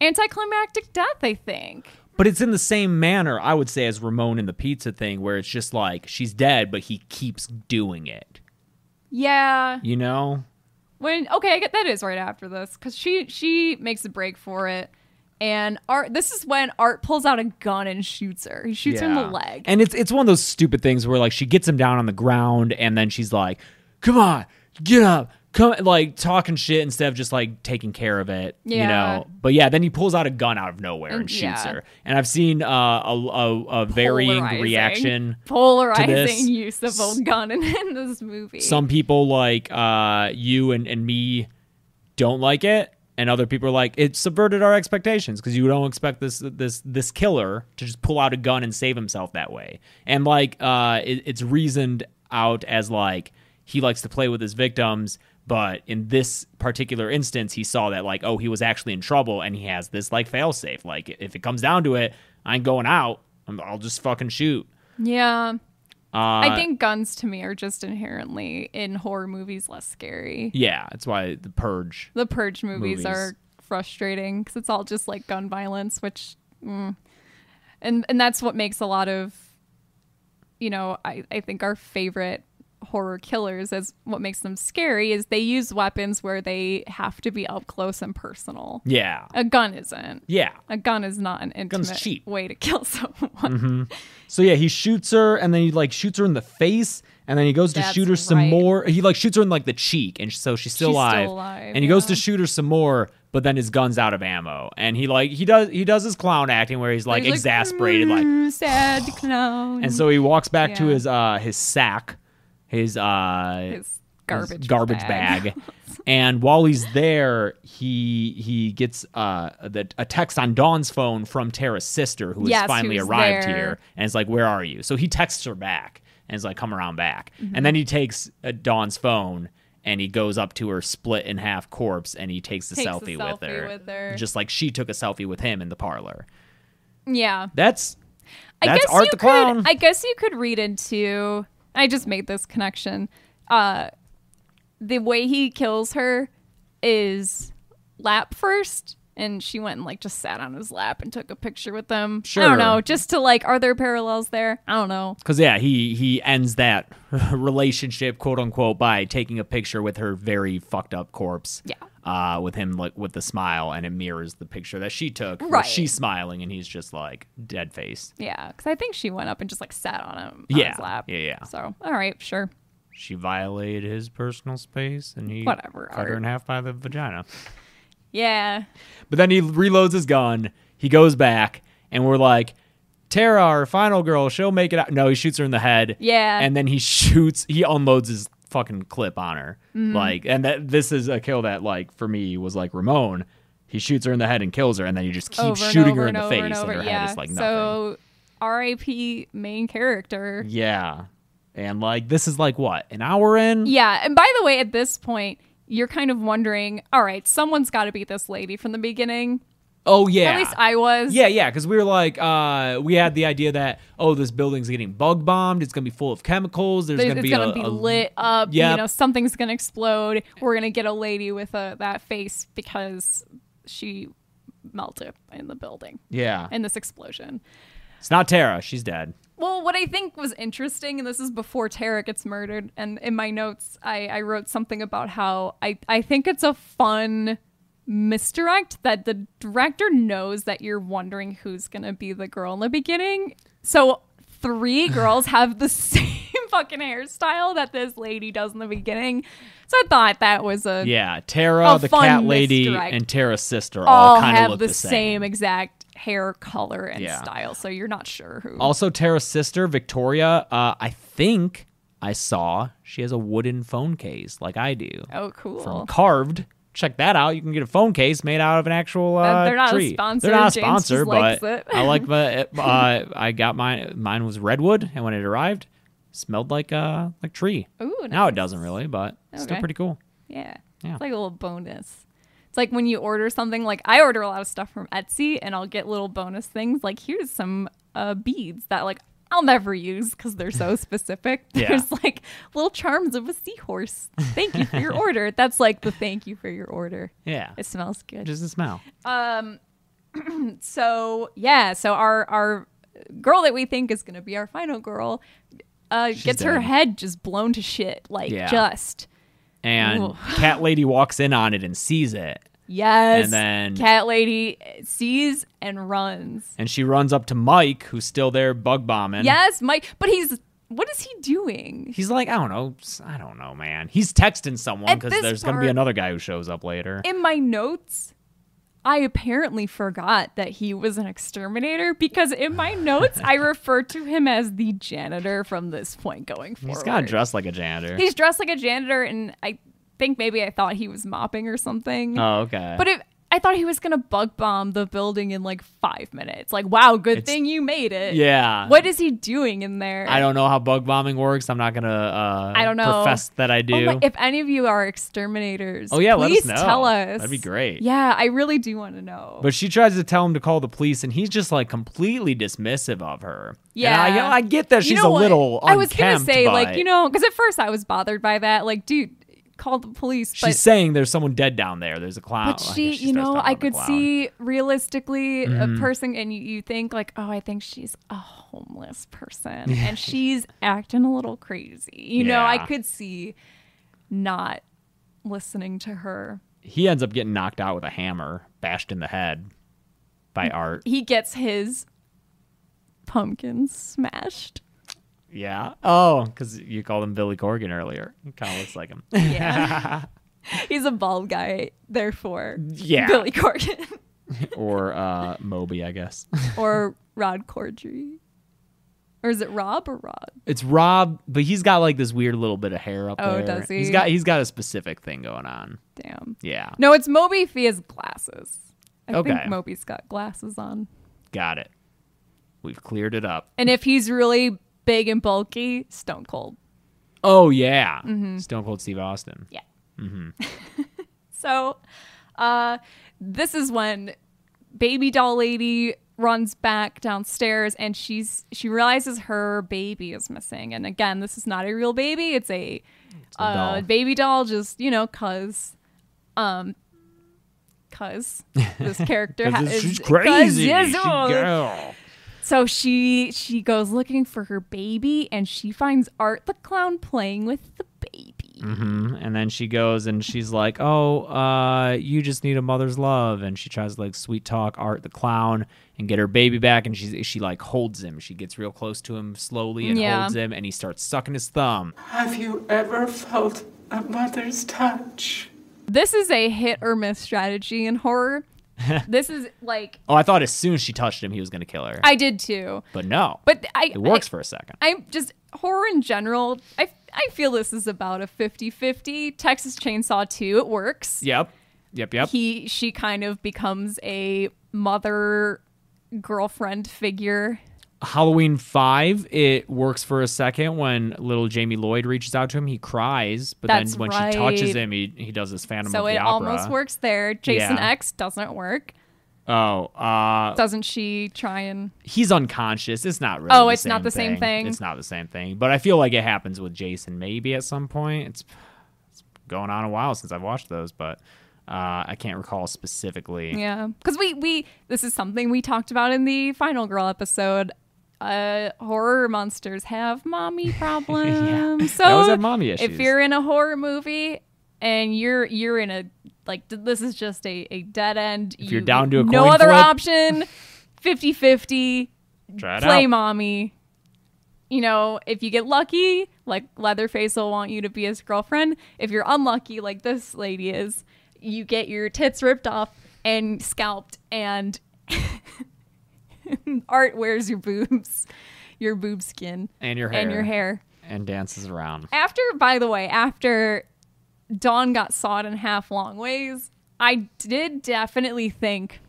S5: anticlimactic death, I think.
S4: But it's in the same manner, I would say, as Ramon in the pizza thing, where it's just like she's dead, but he keeps doing it.
S5: Yeah.
S4: You know?
S5: When okay, I get that is right after this because she she makes a break for it, and Art. This is when Art pulls out a gun and shoots her. He shoots her in
S4: Yeah.
S5: the leg.
S4: And it's it's one of those stupid things where like she gets him down on the ground and then she's like, "Come on, get up." Come like talking shit instead of just like taking care of it, you
S5: Yeah.
S4: know. But yeah, then he pulls out a gun out of nowhere and,
S5: And-
S4: shoots
S5: yeah.
S4: her. And I've seen uh, a, a a varying
S5: Polarizing-
S4: reaction,
S5: polarizing
S4: to this.
S5: use of a gun in, in this movie.
S4: Some people like uh, you and, and me don't like it, and other people are like it subverted our expectations because you don't expect this this this killer to just pull out a gun and save himself that way. And like uh, it, it's reasoned out as like he likes to play with his victims. But in this particular instance, he saw that like, oh, he was actually in trouble, and he has this like failsafe. Like, if it comes down to it, I ain't going out. I'm, I'll just fucking shoot.
S5: yeah,
S4: Uh,
S5: I think guns to me are just inherently in horror movies less scary.
S4: Yeah, that's why the purge.
S5: The Purge movies,
S4: Movies.
S5: are frustrating because it's all just like gun violence, which, mm. and and that's what makes a lot of, you know, I I think our favorite horror killers is what makes them scary is they use weapons where they have to be up close and personal.
S4: Yeah.
S5: A gun isn't.
S4: Yeah.
S5: A gun is not an intimate
S4: Gun's cheap.
S5: way to kill *laughs* someone.
S4: hmm So yeah, he shoots her, and then he like shoots her in the face, and then he goes to
S5: That's
S4: shoot her some
S5: right.
S4: more. He like shoots her in like the cheek, and so she's still,
S5: She's still
S4: alive.
S5: alive,
S4: And he goes to shoot her some more, but then his gun's out of ammo, and he like he does he does his clown acting where he's like
S5: He's
S4: exasperated, like,
S5: "Mm, sad
S4: *sighs*
S5: clown.
S4: and so he walks back to
S5: Yeah.
S4: his uh his sack, his uh
S5: His garbage
S4: garbage
S5: bag. *laughs*
S4: bag. and while he's there, he he gets uh the, a text on Dawn's phone from Tara's sister who has
S5: Yes,
S4: finally
S5: who's
S4: arrived
S5: there.
S4: here and is like, "Where are you?" So he texts her back and is like, "Come around back."
S5: Mhm.
S4: And then he takes uh, Dawn's phone and he goes up to her split in half corpse and he takes a
S5: Takes a
S4: selfie,
S5: selfie
S4: with, her,
S5: with her.
S4: just like she took a selfie with him in the parlor.
S5: yeah.
S4: That's
S5: I
S4: that's
S5: guess
S4: Art
S5: you
S4: the clown.
S5: Could, I guess you could read into. I just made this connection. Uh, the way he kills her is lap first, and she went and like just sat on his lap and took a picture with them. I
S4: Sure.
S5: don't know. Just to like, are there parallels there? I don't know.
S4: Because yeah, he he ends that *laughs* relationship, quote unquote, by taking a picture with her very fucked up corpse.
S5: Yeah.
S4: Uh, with him like with the smile, and it mirrors the picture that she took. where
S5: Right.
S4: She's smiling, and he's just like dead face.
S5: Yeah, because I think she went up and just like sat on him. on
S4: Yeah.
S5: his lap.
S4: Yeah, yeah.
S5: So all right, sure.
S4: She violated his personal space, and he
S5: Whatever,
S4: cut her
S5: Art.
S4: in half by the vagina.
S5: Yeah.
S4: But then he reloads his gun. He goes back, and we're like, Tara, our final girl, she'll make it out. No, he shoots her in the head.
S5: Yeah.
S4: And then he shoots. He unloads his fucking clip on her.
S5: Mm.
S4: Like, and that this is a kill that, like, for me was like Ramon. He shoots her in the head and kills her, and then he just keeps
S5: Over and
S4: shooting
S5: over
S4: her in
S5: and
S4: the
S5: over and
S4: face, and,
S5: over.
S4: her
S5: yeah.
S4: head is like nothing.
S5: So RIP main character.
S4: Yeah. And like this is like what? An hour in?
S5: Yeah, and by the way, at this point, you're kind of wondering, all right, someone's got to beat this lady from the beginning.
S4: Oh yeah.
S5: At least I was.
S4: Yeah, yeah, because we were like, uh, we had the idea that oh, this building's getting bug bombed. It's gonna be full of chemicals. There's
S5: There's-
S4: gonna
S5: it's
S4: be
S5: gonna
S4: a,
S5: be
S4: a-
S5: lit up.
S4: Yep.
S5: You know, something's gonna explode. We're gonna get a lady with a, that face because she melted in the building.
S4: Yeah.
S5: In this explosion.
S4: It's not Tara. She's dead.
S5: Well, what I think was interesting, and this is before Tara gets murdered, and in my notes, I, I wrote something about how I, I think it's a fun misdirect that the director knows that you're wondering who's going to be the girl in the beginning. So
S4: *laughs*
S5: three girls have the *laughs* same fucking hairstyle that this lady does in the beginning. So I thought that was a.
S4: Yeah, Tara,
S5: a
S4: the
S5: fun
S4: cat lady,
S5: misdirect.
S4: and Tara's sister all,
S5: All
S4: kind of
S5: have
S4: look
S5: the,
S4: the same.
S5: same exact hair color and
S4: Yeah.
S5: style, so you're not sure who.
S4: Also, Tara's sister, Victoria, uh, I think I saw she has a wooden phone case like I do.
S5: Oh, cool.
S4: From Carved. Check that out. You can get a phone case made out of an actual uh,
S5: they're not a
S4: tree.
S5: sponsor.
S4: They're not a
S5: James
S4: sponsor,
S5: just likes
S4: but
S5: it.
S4: I
S5: *laughs*
S4: like my. Uh, I got mine. Mine was redwood, and when it arrived, smelled like uh like tree.
S5: Ooh,
S4: Now
S5: nice.
S4: it doesn't really, but it's still
S5: Okay.
S4: pretty cool.
S5: Yeah.
S4: Yeah.
S5: It's like a little bonus. It's like when you order something, like I order a lot of stuff from Etsy and I'll get little bonus things. Like here's some uh, beads that like I'll never use because
S4: *laughs*
S5: they're so specific.
S4: Yeah.
S5: There's like little charms of a seahorse. Thank you
S4: *laughs*
S5: for your order. That's like the thank you for your order.
S4: Yeah.
S5: It smells good.
S4: Just a smell.
S5: Um, so yeah, so our our girl that we think is gonna be our final girl, uh, gets her
S4: dead.
S5: head just blown to shit, like
S4: Yeah.
S5: just
S4: And
S5: Ooh. *laughs*
S4: cat lady walks in on it and sees it,
S5: Yes.
S4: And then-
S5: Cat Lady sees and runs.
S4: and she runs up to Mike, who's still there bug bombing.
S5: yes, Mike. But he's what is he doing?
S4: He's like, I don't know. s- I don't know, man. He's texting someone
S5: At
S4: because
S5: this
S4: there's going to be
S5: part-
S4: another guy who shows up later.
S5: In my notes, I apparently forgot that he was an exterminator because in my notes
S4: *laughs*
S5: I refer to him as the janitor from this point going forward.
S4: He's kind of dressed like a janitor.
S5: He's dressed like a janitor, and I think maybe I thought he was mopping or something.
S4: Oh, okay.
S5: But it, I thought he was gonna bug bomb the building in like five minutes. Like, wow, good
S4: It's-
S5: thing you made it.
S4: Yeah.
S5: What is he doing in there?
S4: I don't know how bug bombing works. I'm not going to uh,
S5: I don't know.
S4: profess that I do.
S5: Oh my- if any of you are exterminators,
S4: Oh, yeah, let us
S5: please
S4: know.
S5: tell us.
S4: That'd be great.
S5: Yeah, I really do want to know.
S4: but she tries to tell him to call the police, and he's just like completely dismissive of her. And
S5: Yeah,
S4: I, you know, I get that
S5: You
S4: she's
S5: know
S4: a
S5: what?
S4: little
S5: I was gonna
S4: unkempt,
S5: say, like
S4: but
S5: you know, because at first I was bothered by that. Like, dude, call the police.
S4: She's
S5: but
S4: saying there's someone dead down there. There's a clown.
S5: But
S4: "Oh, I
S5: she,
S4: guess
S5: you
S4: starts
S5: know,
S4: talking
S5: I
S4: about the
S5: could
S4: clown.
S5: see realistically
S4: Mhm.
S5: a person, and you, you think like, oh, I think she's a homeless
S4: *laughs*
S5: person, and she's acting a little crazy. You know, I
S4: Yeah.
S5: could see not listening to her.
S4: He ends up getting knocked out with a hammer, bashed in the head
S5: Mm.
S4: by Art.
S5: *laughs* He gets his pumpkin smashed.
S4: Yeah. Oh, because you called him Billy Corgan earlier. He kind of looks like
S5: *laughs*
S4: him.
S5: Yeah. He's a bald guy, therefore,
S4: Yeah.
S5: Billy Corgan *laughs*
S4: or uh, Moby, I guess.
S5: or Rod Corddry, or is it Rob or Rod?
S4: It's Rob, but he's got like this weird little bit of hair up
S5: Oh,
S4: there.
S5: does
S4: He's
S5: he?
S4: got he's got a specific thing going on.
S5: Damn.
S4: Yeah.
S5: No, it's Moby if he has glasses. I
S4: Okay.
S5: think Moby's got glasses on.
S4: Got it. We've cleared it up.
S5: And if he's really big and bulky, Stone Cold.
S4: Oh yeah.
S5: Mhm.
S4: Stone Cold Steve Austin.
S5: Yeah.
S4: hmm
S5: So, uh, this is when baby doll lady runs back downstairs and she's she realizes her baby is missing. And again, this is not a real baby; it's a,
S4: a
S5: uh,
S4: doll.
S5: baby doll, just you know, cause, um,
S4: *laughs*
S5: cause this character ha- is
S4: she's
S5: 'cause,
S4: crazy.
S5: yes,
S4: She
S5: oh.
S4: girl.
S5: So she she goes looking for her baby and she finds Art the clown playing with the
S4: hmm And then she goes and she's like, "Oh, uh, you just need a mother's love." And she tries to like sweet talk Art the clown and get her baby back. And she she like holds him. She gets real close to him slowly and
S13: Yeah.
S4: holds him. And he starts sucking his thumb.
S13: Have you ever felt a mother's touch?
S5: This is a hit or miss strategy in horror.
S4: *laughs*
S5: this is like
S4: Oh, I thought as soon as she touched him, he was gonna kill her.
S5: I did too.
S4: but no.
S5: But I
S4: it works
S5: I-
S4: for a second.
S5: I'm just horror in general. I I feel this is about a 50-50 Texas Chainsaw 2 it works.
S4: Yep. Yep. Yep.
S5: He she kind of becomes a mother girlfriend figure.
S4: Halloween 5, it works for a second when little Jamie Lloyd reaches out to him. He cries, but
S5: That's
S4: then when
S5: right.
S4: she touches him, he, he does his Phantom
S5: so
S4: of the
S5: it
S4: Opera.
S5: almost works there. Jason
S4: Yeah.
S5: X doesn't work.
S4: Oh, uh,
S5: Doesn't she try and?
S4: he's unconscious. It's not really.
S5: Oh,
S4: the
S5: it's not the same thing?
S4: It's not the same thing. But I feel like it happens with Jason maybe at some point. It's, it's going on a while since I've watched those, but uh, I can't recall specifically.
S5: Yeah, because we we this is something we talked about in the Final Girl episode. Uh, horror monsters
S4: *laughs*
S5: have mommy problems. So
S4: always have mommy
S5: If
S4: issues.
S5: you're in a horror movie and you're you're in a like th- this is just a, a dead end.
S4: you're down to a
S5: no
S4: coin
S5: other
S4: flip. *laughs*
S5: option, 50-50,
S4: Try it
S5: play
S4: out.
S5: mommy. You know, if you get lucky, like Leatherface will want you to be his girlfriend. If you're unlucky, like this lady is, you get your tits ripped off and scalped, and *laughs* Art wears your boobs, your boob skin,
S4: And your hair.
S5: and your hair.
S4: And dances around.
S5: After, by the way, after Dawn got sawed in half long ways, I did definitely think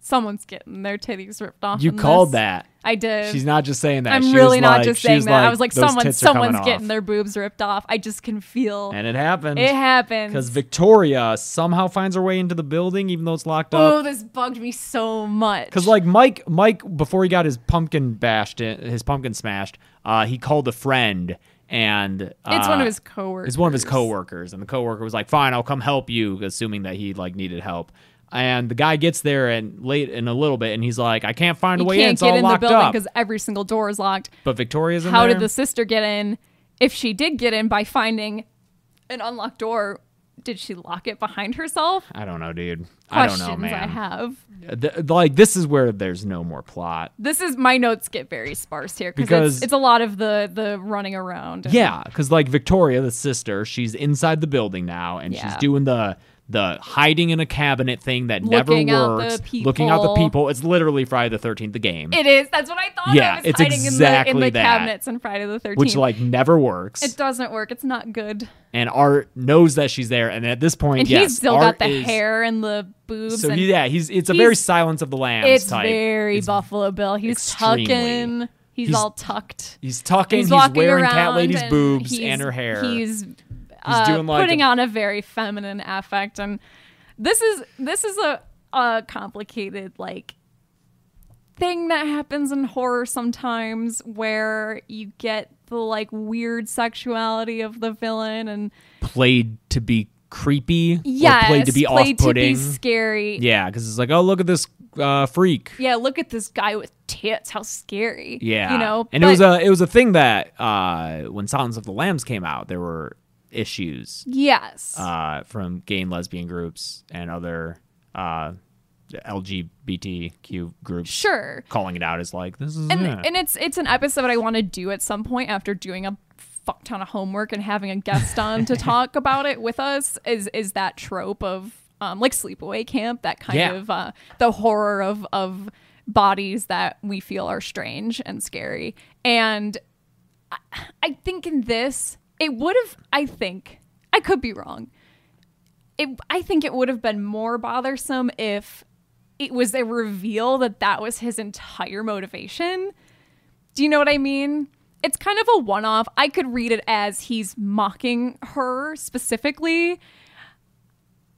S5: someone's getting their titties ripped off.
S4: You
S5: in
S4: called
S5: this.
S4: that.
S5: I did.
S4: She's not just saying that.
S5: I'm
S4: She was
S5: really not
S4: like-
S5: just
S4: she
S5: saying
S4: was
S5: that. I
S4: like,
S5: was like,
S4: "Those
S5: someone,
S4: tits are coming
S5: someone's
S4: off."
S5: getting their boobs ripped off. I just can feel.
S4: And it happened.
S5: It happens.
S4: Because Victoria somehow finds her way into the building, even though it's locked up.
S5: oh, this bugged me so much.
S4: Because like Mike, Mike before he got his pumpkin bashed, in, his pumpkin smashed, uh, he called a friend and uh,
S5: It's one of his
S4: It's one of his coworkers, and the coworker was like, "Fine, I'll come help you," assuming that he like needed help. And the guy gets there and late in a little bit, and he's like, "I can't find
S5: you
S4: a way in.
S5: can't
S4: It's
S5: get
S4: all
S5: in the
S4: locked
S5: building
S4: up."
S5: because every single door is locked.
S4: But Victoria's in
S5: How
S4: there.
S5: did the sister get in? If she did get in by finding an unlocked door, did she lock it behind herself?
S4: I don't know, dude. I don't
S5: Questions
S4: know, man. Uh,
S5: I have.
S4: Th- like this is where there's no more plot.
S5: This is my notes get very sparse here because
S4: Because-
S5: it's, it's a lot of the the running around. and-
S4: Yeah, because like Victoria, the sister, she's inside the building now, and she's
S5: Yeah.
S4: doing the the hiding in a cabinet thing that
S5: Looking
S4: never
S5: out
S4: works.
S5: the
S4: Looking out the
S5: people.
S4: people. It's literally Friday the Thirteenth, the game,
S5: It is. That's what I thought.
S4: Yeah,
S5: of, is
S4: it's
S5: hiding in
S4: exactly
S5: the, in the
S4: that.
S5: cabinets on Friday the Thirteenth,
S4: which like never works.
S5: it doesn't work. It's not good.
S4: and Art knows that she's there, and at this point,
S5: And
S4: yes,
S5: he's still
S4: Art
S5: got the
S4: is-
S5: hair and the boobs.
S4: So
S5: and
S4: he, yeah, he's it's a
S5: he's-
S4: very Silence of the Lambs
S5: It's
S4: type.
S5: very Buffalo Bill. He's
S4: extremely-
S5: tucking. He's,
S4: he's-
S5: all tucked.
S4: he's tucking. He's,
S5: walking
S4: wearing Cat
S5: around
S4: Lady's
S5: and
S4: boobs
S5: he's-
S4: and her hair.
S5: He's, uh,
S4: doing like
S5: putting
S4: a-
S5: on a very feminine affect, and this is this is a a complicated like thing that happens in horror sometimes where you get the like weird sexuality of the villain and
S4: played to be creepy.
S5: yeah
S4: or played to be off-putting.
S5: scary
S4: Yeah, because it's like, oh, look at this uh, freak.
S5: yeah look at this guy with tits how scary
S4: Yeah,
S5: you know
S4: and it was
S5: but-
S4: a it was a thing that uh, when Silence of the Lambs came out, there were issues
S5: Yes.
S4: uh, from gay and lesbian groups and other uh, LGBTQ groups.
S5: Sure.
S4: calling it out as like this is
S5: and
S4: it.
S5: and it's it's an episode I want to do at some point after doing a fuck ton of homework and having a guest on to talk about it with us is is that trope of um, like sleepaway camp that kind
S14: Yeah.
S5: of uh, the horror of of bodies that we feel are strange and scary and I, I think in this it would have I think I could be wrong it I think it would have been more bothersome if it was a reveal that that was his entire motivation. Do you know what I mean? It's kind of a one off. I could read it as he's mocking her specifically.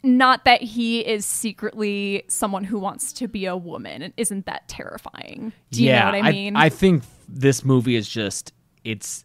S5: Not that he is secretly someone who wants to be a woman. And isn't that terrifying? Do you
S4: yeah,
S5: know what I mean?
S4: I, think this movie is just it's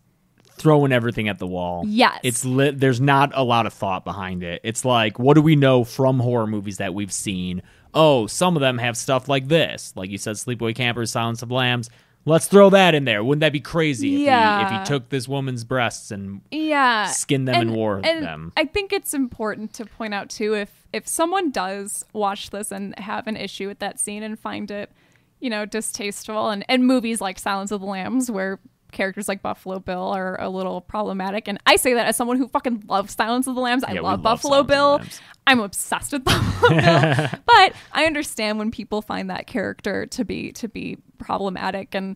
S4: throwing everything at the wall.
S5: Yes.
S4: it's lit. There's not a lot of thought behind it. It's like, what do we know from horror movies that we've seen? Oh, some of them have stuff like this, like you said, Sleepaway Campers, Silence of the Lambs. Let's throw that in there. Wouldn't that be crazy? If he, if
S5: Yeah.
S4: he took this woman's breasts and
S5: yeah
S4: skinned them and wore them.
S5: i think it's important to point out too if if someone does watch this and have an issue with that scene and find it you know distasteful and and movies like silence of the lambs where characters like buffalo bill are a little problematic and i say that as someone who fucking loves silence of the lambs i
S14: Yeah, we
S5: love
S14: love
S5: buffalo bill i'm obsessed with *laughs* buffalo bill but i understand when people find that character to be to be problematic and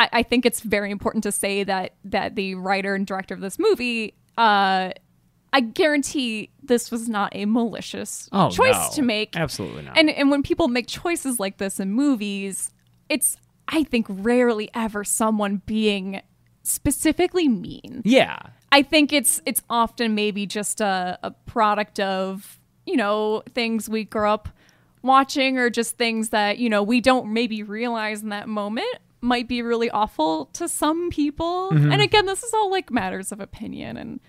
S5: I, I think it's very important to say that that the writer and director of this movie, uh, I guarantee this was not a malicious
S4: oh,
S5: choice
S4: no.
S5: to make.
S4: Absolutely not.
S5: And and when people make choices like this in movies, it's I think rarely ever someone being specifically mean.
S4: Yeah.
S5: I think it's it's often maybe just a, a product of, you know, things we grew up watching or just things that, you know, we don't maybe realize in that moment might be really awful to some people.
S4: Mm-hmm.
S14: Mhm.
S5: And again, this is all like matters of opinion and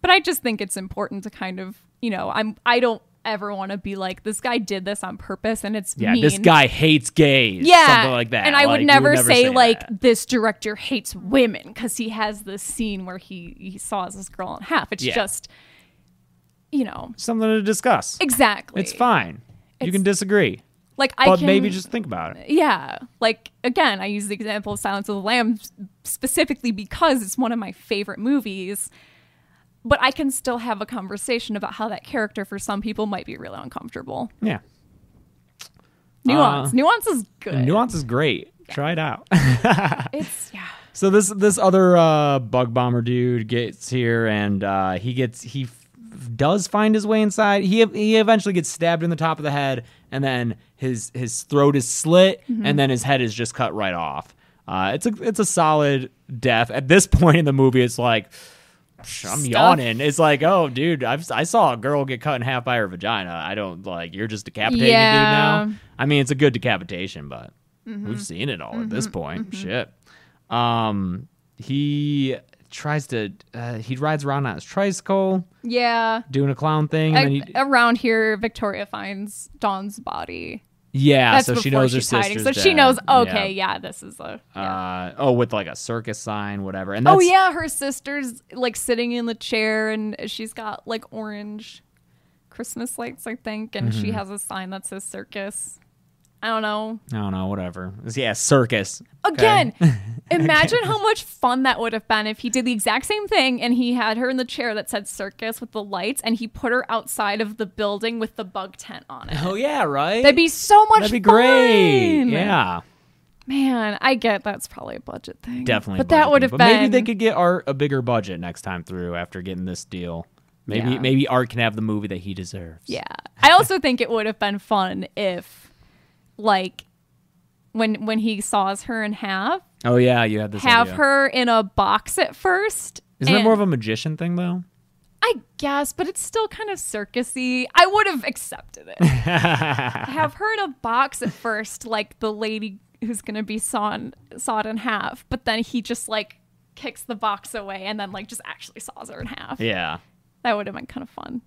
S5: but I just think it's important to kind of, you know, I'm I don't ever want to be like this guy did this on purpose and it's
S4: Yeah,
S5: mean.
S4: this guy hates gays.
S5: Yeah,
S4: something like that.
S5: And I
S4: Like,
S5: would
S4: you
S5: never, say,
S4: that.
S5: like this director hates women because he has this scene where he he saws this girl in half. It's
S4: Yeah.
S5: just, you know,
S4: something to discuss.
S5: exactly.
S4: It's fine. you
S5: It's-
S4: can disagree.
S5: Like I
S4: but
S5: can
S4: maybe just think about it.
S5: yeah. Like again, I use the example of Silence of the Lambs specifically because it's one of my favorite movies. But I can still have a conversation about how that character for some people might be really uncomfortable.
S4: Yeah.
S5: Nuance.
S4: Uh,
S5: Nuance is good.
S4: Nuance is great. Try it out.
S5: It's yeah.
S4: So this this other uh, bug bomber dude gets here, and uh, he gets he f- does find his way inside. He he eventually gets stabbed in the top of the head, and then his his throat is slit,
S15: Mhm.
S4: and then his head is just cut right off. Uh, it's a it's a solid death. At this *laughs* point in the movie, it's like "Psh, I'm
S15: Stuff.
S4: yawning. It's like, oh, dude, I've, I saw a girl get cut in half by her vagina. I don't like you're just decapitating a
S5: Yeah.
S4: dude now. I mean, it's a good decapitation, but
S5: Mhm.
S4: we've seen it all at this
S5: Mhm,
S4: point. Shit. Um, he tries to uh, he rides around on his tricycle
S5: Yeah.
S4: doing a clown thing,
S5: I-
S4: and then he,
S5: around here, Victoria finds Dawn's body.
S4: yeah,
S5: That's
S4: Ah, so she
S5: before
S4: knows her
S5: she's hiding,
S4: sister's
S5: So she
S4: dead.
S5: knows. Okay, yeah, this is a.
S4: Uh, oh, with like a circus sign, whatever. And that's,
S5: Oh yeah, her sister's like sitting in the chair, and she's got like orange Christmas lights, I think, and she
S4: Mhm.
S5: has a sign that says circus. I don't know.
S4: I don't know, whatever. It's- Yeah, circus. *laughs* Okay.
S5: Again, imagine how much fun that would have been if he did the exact same thing and he had her in the chair that said circus with the lights and he put her outside of the building with the bug tent on it.
S4: Oh yeah, right.
S5: That'd be so much
S4: That'd be
S5: fun.
S4: great. Yeah.
S5: Man, I get that's probably a budget thing.
S4: Definitely.
S5: But that
S4: budgeting.
S5: would have
S4: But
S5: been
S4: Maybe they could get Art a bigger budget next time through after getting this deal. Maybe
S5: Yeah.
S4: maybe Art can have the movie that he deserves.
S5: Yeah. I also think it would have been fun if like when when he saws her in half,
S4: Oh yeah, you had this.
S5: have
S4: idea.
S5: her in a box at first.
S4: Isn't it
S5: and-
S4: more of a magician thing though?
S5: I guess, but it's still kind of circusy. I would have
S4: *laughs*
S5: accepted it. have her in a box at first, like the lady who's gonna be sawn sawed in half, but then he just like kicks the box away and then like just actually saws her in half.
S4: yeah.
S5: That would have been kind of fun.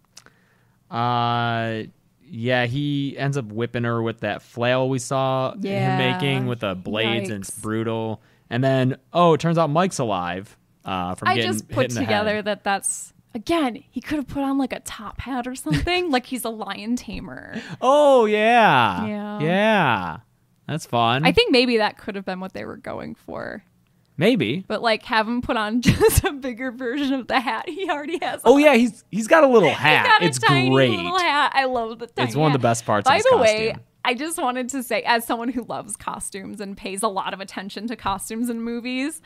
S4: Uh yeah, he ends up whipping her with that flail we saw
S5: Yeah.
S4: him making with the blades, and it's
S5: Yikes.
S4: brutal. And then, oh, it turns out Mike's alive. Uh, from
S5: I
S4: getting
S5: just
S4: hit
S5: put
S4: in the
S5: together
S4: head.
S5: that that's again. He could have put on like a top hat or something, like he's a
S4: *laughs*
S5: lion tamer.
S4: Oh yeah,
S5: Yeah.
S4: yeah, that's fun.
S5: I think maybe that could have been what they were going for,
S4: maybe.
S5: but like have him put on *laughs* just a bigger version of the hat he already has.
S4: Oh yeah, he's he's got a little
S5: *laughs* He's
S4: hat.
S5: got a
S4: it's
S5: tiny
S4: great.
S5: little hat. I love the tiny
S4: It's one of
S5: hat.
S4: the best parts.
S5: By
S4: of
S5: the
S4: his
S5: way,
S4: costume.
S5: I just wanted to say, as someone who loves costumes and pays a lot of attention to costumes in movies,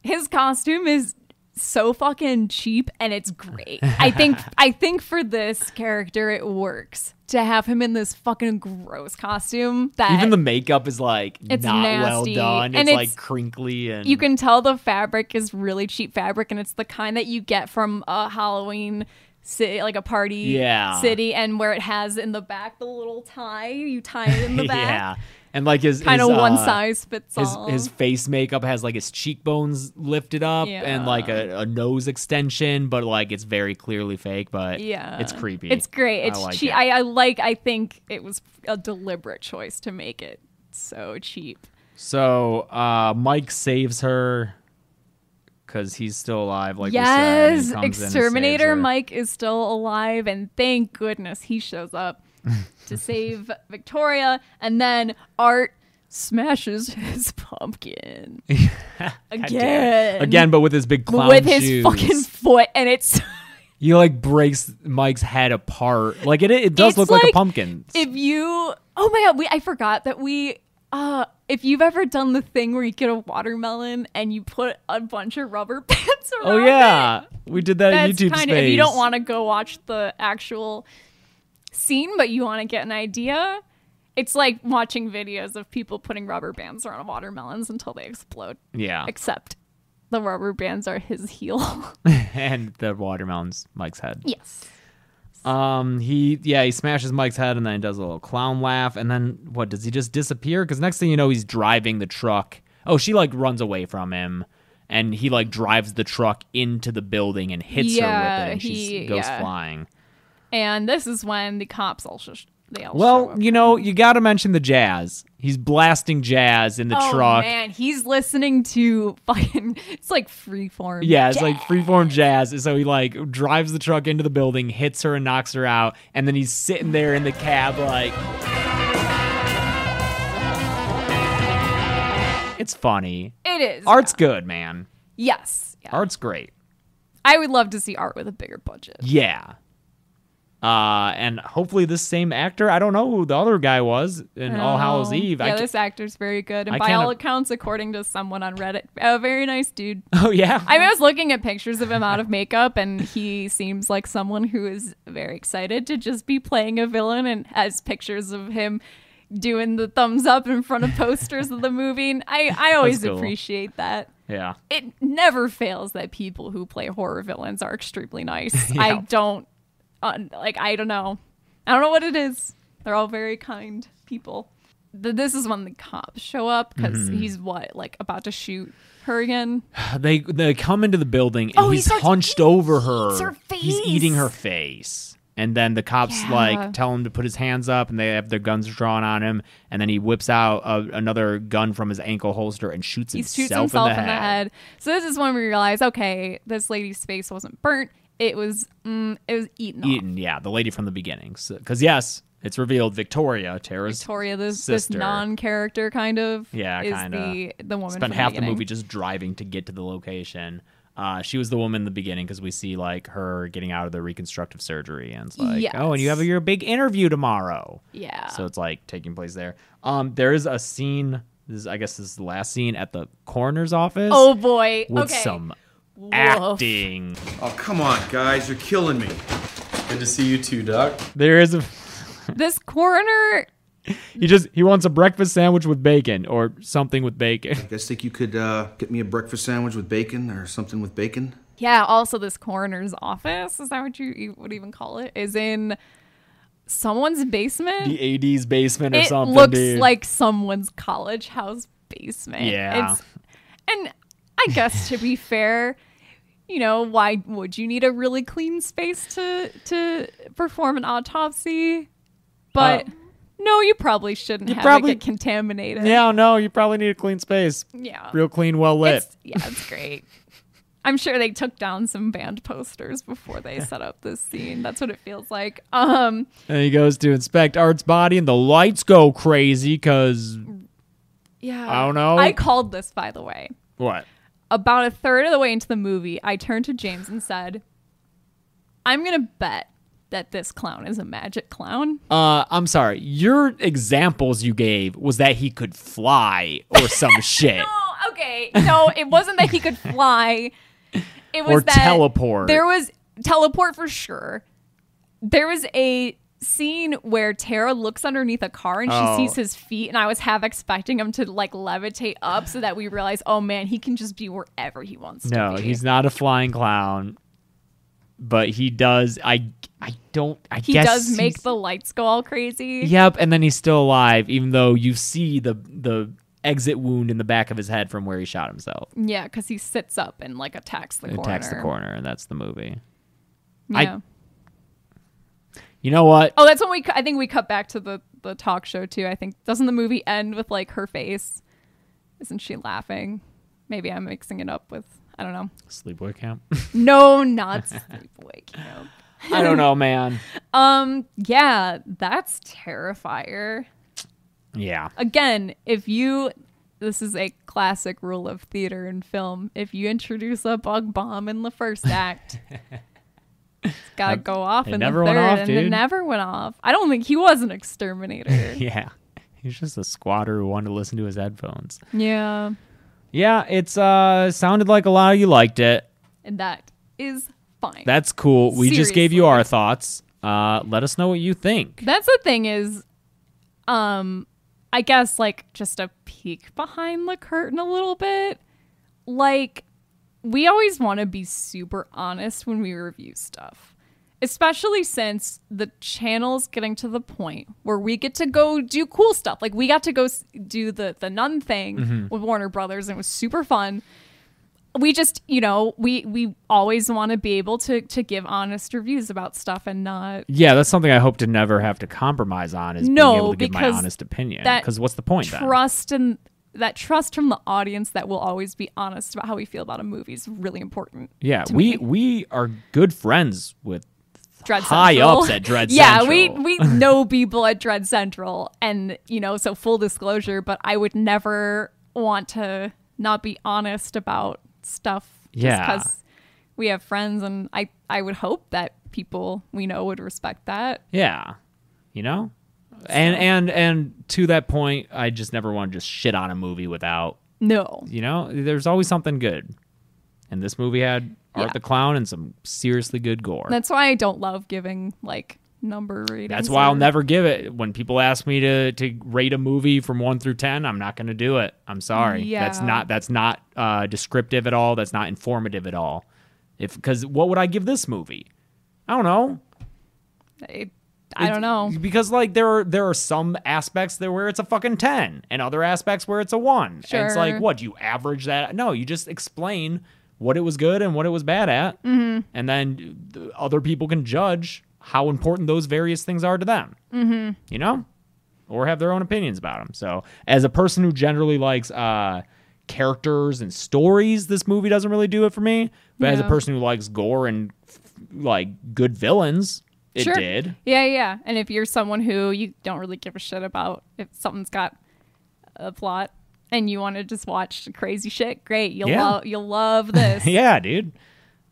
S5: his costume is so fucking cheap and it's great. I think
S4: *laughs*
S5: I think for this character it works to have him in this fucking gross costume that
S4: even the makeup is like
S5: It's
S4: not
S5: nasty,
S4: well done.
S5: and
S4: it's,
S5: it's-
S4: like crinkly and *laughs*
S5: you can tell the fabric is really cheap fabric and it's the kind that you get from a halloween city like a party
S4: Yeah.
S5: city and where it has in the back the little tie you tie it
S4: *laughs*
S5: in the back
S4: yeah, and like his
S5: kind of
S4: his,
S5: one
S4: uh,
S5: size fits
S4: His,
S5: all
S4: his face makeup has like his cheekbones lifted up and like a, a nose extension, but like it's very clearly fake. But
S5: yeah
S4: it's creepy.
S5: it's great it's
S4: I like
S5: cheap
S4: it.
S5: I, I like i think it was a deliberate choice to make it so cheap
S4: So uh, Mike saves her because he's still alive. Like we
S5: yes
S4: said, and he comes in and saves
S5: exterminator
S4: her.
S5: mike is still alive and thank goodness he shows up
S4: *laughs*
S5: to save victoria and then art smashes his *laughs*
S4: *laughs*
S5: pumpkin
S4: God damn
S5: again
S4: it. Again, but with his big clown
S5: with his
S4: shoes.
S5: fucking foot and it's *laughs*
S4: He like breaks Mike's head apart. Like it, it does
S5: It's
S4: look like, a
S5: like-
S4: pumpkin.
S5: if you oh my god we i forgot that we uh if you've ever done the thing where you get a watermelon and you put a bunch of rubber *laughs* bands around
S4: Oh yeah, we did that
S5: that's
S4: at YouTube
S5: kind of
S4: space.
S5: if you don't want to go watch the actual scene but you want to get an idea It's like watching videos of people putting rubber bands around watermelons until they explode.
S4: Yeah.
S5: Except the rubber bands are his heel. *laughs*
S4: and the watermelon's Mike's head.
S5: yes.
S4: Um, he yeah, he smashes Mike's head and then he does a little clown laugh and then what does he just disappear? Because next thing you know, he's driving the truck. Oh, she like runs away from him, and he like drives the truck into the building and hits her
S5: Yeah,
S4: with it, and she
S5: he-
S4: goes
S5: yeah.
S4: flying.
S5: And this is when the cops also sh- they all
S4: Well, you know, you got to mention the jazz. He's blasting jazz in the
S5: oh,
S4: truck.
S5: man, he's listening to *laughs* fucking. It's like freeform.
S4: Yeah, it's like freeform jazz. So he like drives the truck into the building, hits her and knocks her out, and then he's sitting there in the cab like It's funny.
S5: It is,
S4: Art's good, man.
S5: Yes,
S4: Art's great.
S5: I would love to see art with a bigger budget.
S4: Yeah. Uh and hopefully this same actor, I don't know who the other guy was in All Hallows
S5: Oh.
S4: Eve. I
S5: Yeah,
S4: ca-
S5: this actor's very good, and
S4: I
S5: by
S4: can't-
S5: all accounts, according to someone on Reddit, a very nice dude.
S4: *laughs*
S5: *laughs*
S4: Oh yeah.
S5: I mean, I was looking at pictures of him out of makeup, and he seems like someone who is very excited to just be playing a villain and has pictures of him doing the thumbs up in front of posters of the movie. And I, I always
S4: cool.
S5: appreciate that.
S4: yeah.
S5: It never fails that people who play horror villains are
S4: *laughs*
S5: extremely nice.
S4: Yeah.
S5: I don't, uh, like, I don't know. I don't know what it is. They're all very kind people. Th- This is when the cops show up because
S4: Mhm.
S5: he's what, like, about to shoot her
S4: *laughs*
S5: again?
S4: They they come into the building and
S5: Oh, he
S4: he's
S5: starts-
S4: hunched over her.
S5: her
S4: He's eating her face. And then the cops
S5: Yeah.
S4: like tell him to put his hands up and they have their guns drawn on him and then he whips out a, another gun from his ankle holster and shoots,
S5: he
S4: himself,
S5: shoots himself
S4: in the head.
S5: So this is when we realize, okay, this lady's face wasn't burnt. It was, mm, it was eaten. off.
S4: Eaten, yeah, the lady from the beginning. Because yes, it's revealed Victoria, Tara's
S5: Victoria, this
S4: sister.
S5: this non-character kind of,
S4: yeah,
S5: is
S4: kind
S5: the
S4: of
S5: the woman.
S4: spent
S5: from
S4: half the
S5: beginning.
S4: movie just driving to get to the location. Uh, she was the woman in the beginning because we see like her getting out of the reconstructive surgery and it's like, oh, and you have your big interview tomorrow.
S5: Yeah.
S4: So it's like taking place there. Um, there is a scene. This is, I guess this is the last scene at the coroner's office.
S5: Oh, boy.
S4: With
S5: Okay.
S4: some
S5: Woof.
S4: acting.
S14: Oh, come on, guys. You're killing me. Good to see you too, Doc.
S4: There is a.
S5: This coroner,
S4: He just he wants a breakfast sandwich with bacon or something
S14: *laughs*
S4: with bacon.
S14: I guys think you could uh, get me a breakfast sandwich with bacon or something with bacon?
S5: yeah. Also, this coroner's office is that what you, you would even call it? Is in someone's basement.
S4: The AD's basement or
S5: it
S4: something.
S5: looks
S4: dude.
S5: like someone's college house basement.
S4: Yeah.
S5: It's, and I guess to be fair, you know, why would you need a really clean space to to perform an autopsy? But
S4: Uh,
S5: no, you probably shouldn't
S4: you
S5: have
S4: probably-
S5: it get contaminated.
S4: Yeah, no, you probably need a clean space.
S5: Yeah.
S4: Real clean, well lit.
S5: It's- yeah, it's great. I'm sure they took down some band posters before they set up this scene. That's what it feels like. Um
S4: And he goes to inspect Art's body, and the lights go crazy because
S5: yeah.
S4: I don't know.
S5: I called this by the way.
S4: what?
S5: about a third of the way into the movie, I turned to James and said, I'm going to bet that this clown is a magic clown.
S4: Uh, I'm sorry. Your examples you gave was that he could fly or
S5: *laughs*
S4: some shit.
S5: Oh, okay. No, it wasn't that
S4: *laughs*
S5: he could fly. It was
S4: Or
S5: that
S4: teleport.
S5: There was teleport for sure. There was a scene where Tara looks underneath a car and she
S4: Oh.
S5: sees his feet, and I was half expecting him to like levitate up so that we realize, oh man, he can just be wherever he wants to
S4: No,
S5: be.
S4: he's not a flying clown, but he does. I I don't. I
S5: He
S4: guess
S5: does
S4: he's-
S5: make the lights go all crazy.
S4: Yep, and then he's still alive, even though you see the the exit wound in the back of his head from where he shot himself.
S5: Yeah, because he sits up and like attacks the corner.
S4: Attacks the corner, and that's the movie. I-
S5: Yeah.
S4: You know what?
S5: oh, that's when we. cu- I think we cut back to the the talk show too. I think doesn't the movie end with like her face? Isn't she laughing? Maybe I'm mixing it up with I don't know.
S4: Sleepaway *laughs* camp.
S5: No,
S4: *laughs*
S5: not sleepaway camp.
S4: I don't know, man.
S5: Um. Yeah, that's Terrifier.
S4: Yeah.
S5: Again, if you. This is a classic rule of theater and film. If you introduce a bug bomb in the first
S4: *laughs*
S5: act, it's got to
S4: It-
S5: go off
S4: it
S5: in
S4: never
S5: the third,
S4: went off,
S5: and
S4: dude.
S5: it never went off. I don't think he was an exterminator.
S4: *laughs* Yeah. He's just a squatter who wanted to listen to his headphones.
S5: yeah,
S4: *laughs* Yeah, it's uh sounded like a lot of you liked it.
S5: and that is fine.
S4: That's cool. We just gave you our thoughts. Uh let us know what you think.
S5: That's the thing is, um I guess like just a peek behind the curtain a little bit. Like we always want to be super honest when we review stuff. Especially since the channel's getting to the point where we get to go do cool stuff. Like we got to go s- do the the nun thing
S15: Mhm.
S5: with Warner Brothers and it was super fun. We just, you know, we we always want to be able to to give honest reviews about stuff and not
S4: Yeah, that's something I hope to never have to compromise on is
S5: No,
S4: being able to give my
S5: because
S4: honest opinion.
S5: that
S4: Because what's the point then?
S5: trust and that trust from the audience that we'll always be honest about how we feel about a movie is really important.
S4: Yeah,
S5: to
S4: we
S5: me.
S4: we are good friends with
S5: Dread
S4: high
S5: Central.
S4: ups at Dread
S5: *laughs* yeah,
S4: Central.
S5: we we know people at Dread Central, and you know, so full disclosure. But I would never want to not be honest about stuff. just
S4: Yeah.
S5: 'cause we have friends, and I I would hope that people we know would respect that.
S4: Yeah, you know, and and and to that point, I just never want to just shit on a movie without
S5: No.
S4: you know. There's always something good, and this movie had Art
S5: Yeah.
S4: the Clown and some seriously good gore.
S5: That's why I don't love giving like number ratings.
S4: That's why I'll
S5: or-
S4: never give it. When people ask me to to rate a movie from one through ten, I'm not going to do it. I'm sorry. That's
S5: Yeah.
S4: not that's not uh, descriptive at all. That's not informative at all. If because what would I give this movie? I don't know.
S5: I, I don't know.
S4: because like there are there are some aspects there where it's a fucking ten, and other aspects where it's a one. And it's like
S5: Sure.
S4: what do you average that? No, you just explain what it was good and what it was bad at,
S5: Mhm.
S4: and then the other people can judge how important those various things are to them
S5: Mm-hmm.
S4: you know, or have their own opinions about them. So, as a person who generally likes uh, characters and stories, this movie doesn't really do it for me. But as a
S5: Yeah.
S4: person who likes gore and f- like good villains, it
S5: Sure.
S4: did.
S5: Yeah, yeah. And if you're someone who you don't really give a shit about if something's got a plot and you want to just watch crazy shit, great. You'll
S4: Yeah.
S5: love you'll love
S4: *laughs*
S5: this.
S4: yeah, dude.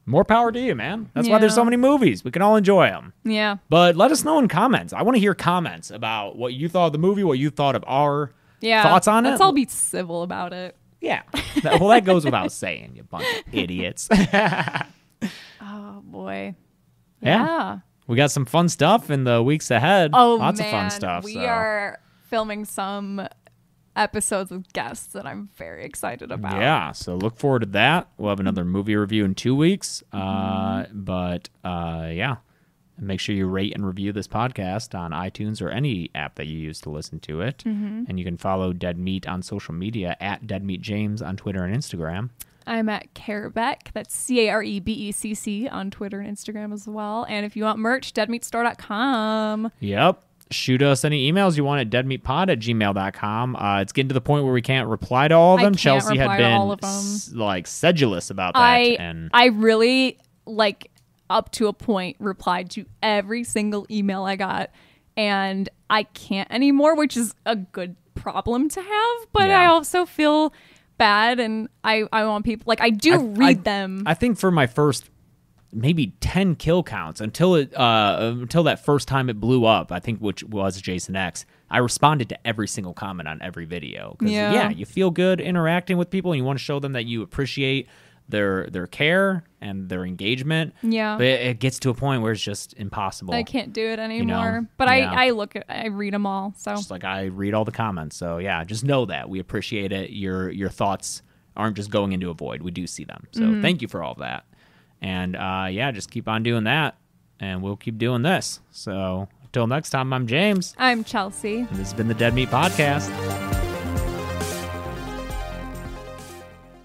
S4: More power to you, man. That's why there's
S5: Yeah.
S4: so many movies. We can all enjoy them.
S5: yeah.
S4: But let us know in comments. I want to hear comments about what you thought of the movie, what you thought of our
S5: Yeah.
S4: thoughts on
S5: Let's
S4: it.
S5: all be civil about it.
S4: yeah. *laughs* That- well, that goes without saying, you bunch of idiots. *laughs*
S5: Oh boy.
S4: Yeah.
S5: Yeah.
S4: We got some fun stuff in the weeks ahead.
S5: Oh
S4: lots
S5: man.
S4: of fun stuff.
S5: We
S4: so.
S5: are filming some episodes with guests that I'm very excited about.
S4: Yeah, so look forward to that. We'll have another movie review in two weeks. Uh,
S5: Mm-hmm.
S4: but uh, yeah, make sure you rate and review this podcast on iTunes or any app that you use to listen to it.
S5: Mhm.
S4: And you can follow Dead Meat on social media at Dead Meat James on Twitter and Instagram.
S5: I'm at Carebeck. That's C A R E B E C C on Twitter and Instagram as well. And if you want merch, deadmeatstore.com.
S4: Yep. Shoot us any emails you want at deadmeatpod at gmail.com. Uh, of them. It's getting to the point where we can't reply to all of
S5: I
S4: them.
S5: can't
S4: Chelsea had
S5: reply to
S4: been
S5: all of them.
S4: s- like sedulous about that.
S5: I
S4: and
S5: I really like up to a point replied to every single email I got, and I can't anymore, which is a good problem to have. But I
S4: Yeah.
S5: also feel bad, and I I want people like I do read
S4: I-
S5: them.
S4: I think for my first maybe 10 kill counts until it uh until that first time it blew up i think which was jason x i responded to every single comment on every video 'Cause,
S5: Yeah.
S4: yeah you feel good interacting with people and you want to show them that you appreciate their their care and their engagement
S5: Yeah.
S4: but it, it gets to a point where it's just impossible
S5: I can't do it
S4: you know,
S5: anymore, but
S4: yeah.
S5: I I look at I read them all. So
S4: just like I read all the comments. So yeah, just know that we appreciate it. Your your thoughts aren't just going into a void. We do see them. So
S5: Mhm.
S4: thank you for all of that. And uh, yeah, just keep on doing that, and we'll keep doing this. So until next time, I'm James.
S5: I'm Chelsea.
S4: And this has been the Dead Meat Podcast.